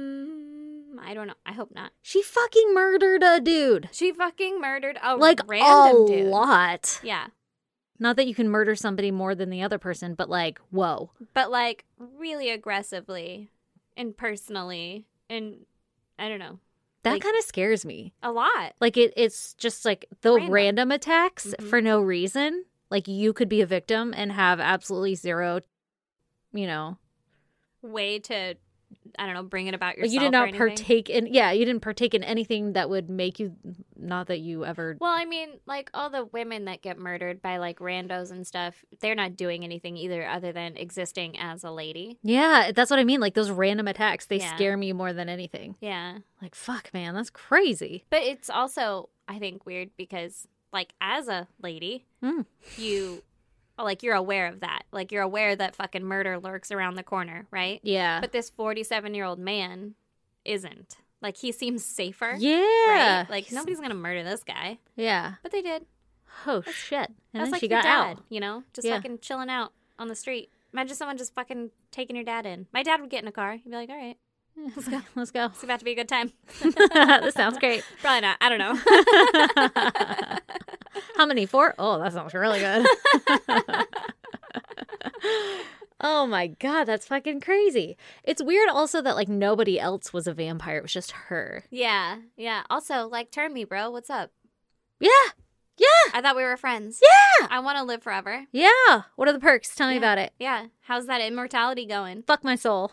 [SPEAKER 1] Um, I don't know. I hope not.
[SPEAKER 2] She fucking murdered a dude.
[SPEAKER 1] She fucking murdered a
[SPEAKER 2] like
[SPEAKER 1] random
[SPEAKER 2] a
[SPEAKER 1] dude.
[SPEAKER 2] lot.
[SPEAKER 1] Yeah,
[SPEAKER 2] Not that you can murder somebody more than the other person, but like, whoa.
[SPEAKER 1] but like really aggressively and personally, and I don't know,
[SPEAKER 2] That
[SPEAKER 1] Like-
[SPEAKER 2] kind of scares me.
[SPEAKER 1] a lot.
[SPEAKER 2] Like it it's just like the
[SPEAKER 1] Random.
[SPEAKER 2] random, attacks
[SPEAKER 1] Mhm.
[SPEAKER 2] for no reason. Like you could be a victim and have absolutely zero you know,
[SPEAKER 1] Way to, I don't know, bring it about
[SPEAKER 2] like
[SPEAKER 1] yourself.
[SPEAKER 2] you did
[SPEAKER 1] or
[SPEAKER 2] not
[SPEAKER 1] anything.
[SPEAKER 2] partake in yeah, you didn't partake in anything that would make you not that you ever
[SPEAKER 1] Well, I mean, like all the women that get murdered by like randos and stuff, they're not doing anything either, other than existing as a lady.
[SPEAKER 2] Yeah, that's what I mean. Like those random attacks, they
[SPEAKER 1] Yeah.
[SPEAKER 2] scare me more than anything.
[SPEAKER 1] Yeah.
[SPEAKER 2] Like fuck, man, that's crazy.
[SPEAKER 1] But it's also, I think, weird because, like, as a lady,
[SPEAKER 2] Mm.
[SPEAKER 1] you, like, you're aware of that. Like, you're aware that fucking murder lurks around the corner, right?
[SPEAKER 2] Yeah.
[SPEAKER 1] But this 47 year old man isn't. Like, he seems safer.
[SPEAKER 2] yeah.
[SPEAKER 1] Right? Like, nobody's going to murder this guy.
[SPEAKER 2] Yeah.
[SPEAKER 1] But they did.
[SPEAKER 2] Oh shit! And
[SPEAKER 1] That's
[SPEAKER 2] then
[SPEAKER 1] like
[SPEAKER 2] she
[SPEAKER 1] your
[SPEAKER 2] got
[SPEAKER 1] dad,
[SPEAKER 2] out.
[SPEAKER 1] you know? Just
[SPEAKER 2] Yeah.
[SPEAKER 1] fucking chilling out on the street. Imagine someone just fucking taking your dad in. My dad would get in a car. He'd be like, all right,
[SPEAKER 2] <laughs> Let's
[SPEAKER 1] <laughs>
[SPEAKER 2] go. Let's go.
[SPEAKER 1] it's about to be a good time.
[SPEAKER 2] <laughs>
[SPEAKER 1] <laughs>
[SPEAKER 2] that sounds great. <laughs>
[SPEAKER 1] Probably not. I don't know. <laughs>
[SPEAKER 2] How many? Four? Oh, that sounds really good. <laughs> oh my god, that's fucking crazy. It's weird also that like nobody else was a vampire. It was just her.
[SPEAKER 1] yeah. Yeah. Also, like, turn me, bro. What's up?
[SPEAKER 2] Yeah.
[SPEAKER 1] I thought we were friends.
[SPEAKER 2] Yeah.
[SPEAKER 1] I want to live forever.
[SPEAKER 2] Yeah. What are the perks? Tell me
[SPEAKER 1] Yeah.
[SPEAKER 2] about it.
[SPEAKER 1] Yeah. How's that immortality going?
[SPEAKER 2] Fuck my
[SPEAKER 1] <laughs>
[SPEAKER 2] soul.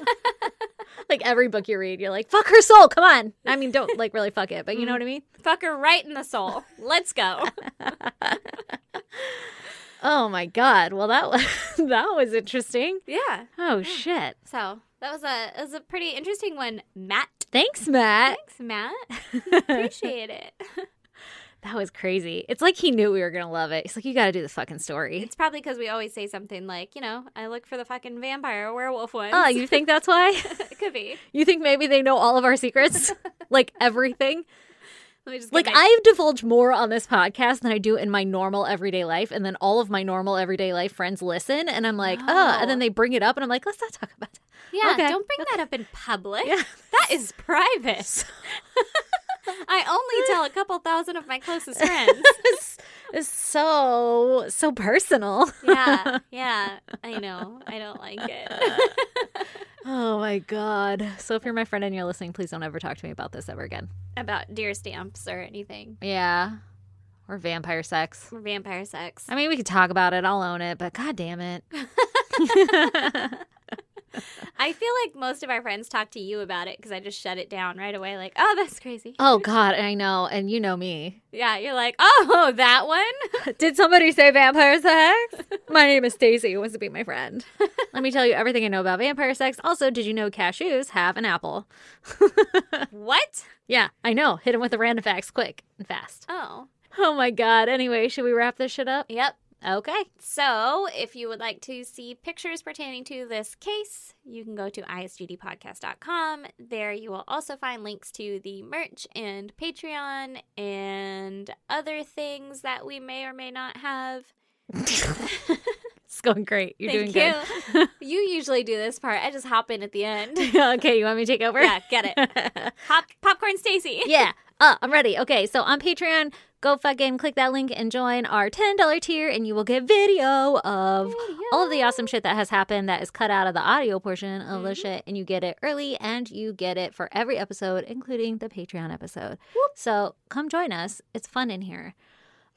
[SPEAKER 2] <laughs> like every book you read, you're like, fuck her soul. Come on. I mean, don't like really fuck it, but
[SPEAKER 1] Mm-hmm.
[SPEAKER 2] you know what I mean?
[SPEAKER 1] Fuck her right in
[SPEAKER 2] <laughs>
[SPEAKER 1] the soul. Let's go.
[SPEAKER 2] Oh my god. Well, that was <laughs> that was interesting.
[SPEAKER 1] yeah.
[SPEAKER 2] Oh shit.
[SPEAKER 1] So that was a that was a pretty interesting one, Matt.
[SPEAKER 2] Thanks, Matt.
[SPEAKER 1] Thanks, Matt.
[SPEAKER 2] <laughs> that <laughs>
[SPEAKER 1] Appreciate it.
[SPEAKER 2] was crazy. It's like he knew we were going to love it. He's like you got to do the fucking story.
[SPEAKER 1] It's probably because we always say something like, you know, I look for the fucking vampire or werewolf one.
[SPEAKER 2] Oh, you think that's <laughs> why?
[SPEAKER 1] <laughs> it could be.
[SPEAKER 2] You think maybe they know all of our <laughs> secrets? like everything?
[SPEAKER 1] Let me just get
[SPEAKER 2] Like
[SPEAKER 1] my-
[SPEAKER 2] I've divulged more on this podcast than I do in my normal everyday life and then all of my normal everyday life friends listen and I'm like, "Oh," and then
[SPEAKER 1] No.
[SPEAKER 2] they bring it up and I'm like, "Let's not talk about <laughs> that."
[SPEAKER 1] Yeah,
[SPEAKER 2] okay.
[SPEAKER 1] don't bring that up in public.
[SPEAKER 2] Yeah.
[SPEAKER 1] <laughs> That is
[SPEAKER 2] <laughs>
[SPEAKER 1] private. <laughs> I only tell a couple thousand of
[SPEAKER 2] <laughs>
[SPEAKER 1] my closest friends.
[SPEAKER 2] It's, it's so so personal.
[SPEAKER 1] Yeah, yeah. I know. I don't like it.
[SPEAKER 2] Oh my god. So if you're my friend and you're listening, please don't ever talk to me about this ever again.
[SPEAKER 1] about deer stamps or anything
[SPEAKER 2] Yeah. Or vampire sex.
[SPEAKER 1] or vampire sex.
[SPEAKER 2] <laughs> I mean, we could talk about it. I'll own it, but god damn it.
[SPEAKER 1] I feel like most of our friends talk to you about it because I just shut it down right away. Like, oh, that's crazy.
[SPEAKER 2] Oh God, I know, and you know me.
[SPEAKER 1] Yeah, you're like, oh, that one.
[SPEAKER 2] Did somebody say vampire sex? my name is Stacy. Who wants to be my friend? Let me tell you everything I know about vampire sex. Also, did you know cashews have an apple?
[SPEAKER 1] what?
[SPEAKER 2] Yeah, I know. Hit him with the random facts, quick and fast.
[SPEAKER 1] Oh,
[SPEAKER 2] Oh my God. Anyway, should we wrap this shit up?
[SPEAKER 1] yep.
[SPEAKER 2] Okay.
[SPEAKER 1] So, if you would like to see pictures pertaining to this case, you can go to isgdpodcast.com. There you will also find links to the merch and Patreon and other things that we may or may not have.
[SPEAKER 2] it's going great. You're
[SPEAKER 1] Thank
[SPEAKER 2] doing
[SPEAKER 1] you. you usually do this part. I just hop in at
[SPEAKER 2] <laughs>
[SPEAKER 1] the end.
[SPEAKER 2] good. okay, you want me to take over?
[SPEAKER 1] yeah, get it. Pop,
[SPEAKER 2] <laughs>
[SPEAKER 1] popcorn Stacy.
[SPEAKER 2] yeah. Uh, I'm ready. Okay, so on Patreon, go fucking click that link and join our $10 tier, and you will get video of all of the awesome shit that has happened that is cut out of the audio portion of the shit, and you get it early and you get it for every episode, including the Patreon episode. So come join us. It's fun in here.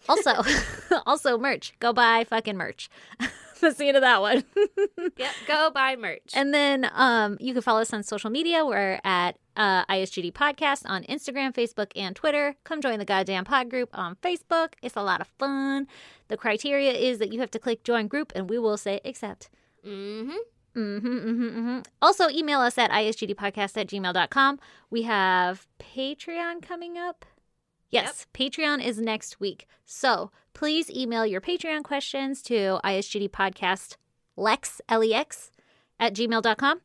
[SPEAKER 2] Also, <laughs> also merch. Go buy fucking merch. <laughs> That's the end of that one. <laughs>
[SPEAKER 1] Yep, go buy merch.
[SPEAKER 2] And then um, you can follow us on social media. We're at uh, ISGD Podcast on Instagram, Facebook, and Twitter. Come join the goddamn pod group on Facebook. It's a lot of fun. The criteria is that you have to click join group, and we will say accept.
[SPEAKER 1] mm-hmm.
[SPEAKER 2] hmm hmm hmm Also, email us at isgdpodcast at gmail.com. We have Patreon coming up. Yes, Patreon is next week. So please email your Patreon questions to isgdpodcast lex, L-E-X, at gmail.com.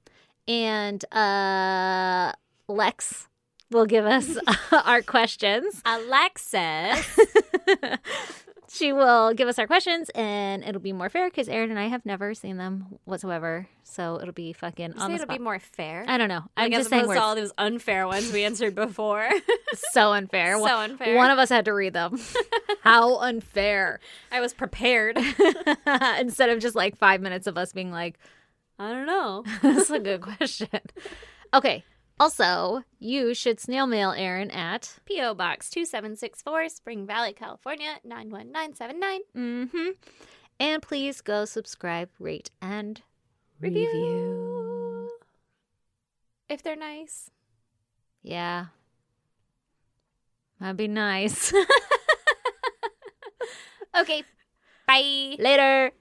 [SPEAKER 2] And uh, Lex will give
[SPEAKER 1] <laughs>
[SPEAKER 2] us <laughs> our questions.
[SPEAKER 1] Alexis.
[SPEAKER 2] <laughs> she will give us our questions, and it'll be more fair because Aaron and I have never seen them whatsoever. So it'll be fucking
[SPEAKER 1] So
[SPEAKER 2] on the
[SPEAKER 1] it'll
[SPEAKER 2] spot.
[SPEAKER 1] be more fair.
[SPEAKER 2] I don't know. I'm
[SPEAKER 1] Like, as
[SPEAKER 2] just saying
[SPEAKER 1] opposed
[SPEAKER 2] words.
[SPEAKER 1] to all those unfair
[SPEAKER 2] <laughs>
[SPEAKER 1] ones we answered before.
[SPEAKER 2] so unfair.
[SPEAKER 1] So
[SPEAKER 2] One-
[SPEAKER 1] unfair.
[SPEAKER 2] One of us had to read
[SPEAKER 1] <laughs>
[SPEAKER 2] them. How unfair! <laughs>
[SPEAKER 1] I was <laughs> prepared.
[SPEAKER 2] Instead of just like five minutes of us being like, <laughs>
[SPEAKER 1] I don't <laughs> know.
[SPEAKER 2] "That's a good question." Okay. Also, you should snail mail Aaron at.
[SPEAKER 1] P.O. Box 2764, Spring Valley, California, 91979.
[SPEAKER 2] Mm-hmm. And please go subscribe, rate, and
[SPEAKER 1] Review.
[SPEAKER 2] review.
[SPEAKER 1] If they're nice.
[SPEAKER 2] Yeah. That'd be nice. <laughs>
[SPEAKER 1] <laughs> Okay. Bye.
[SPEAKER 2] Later.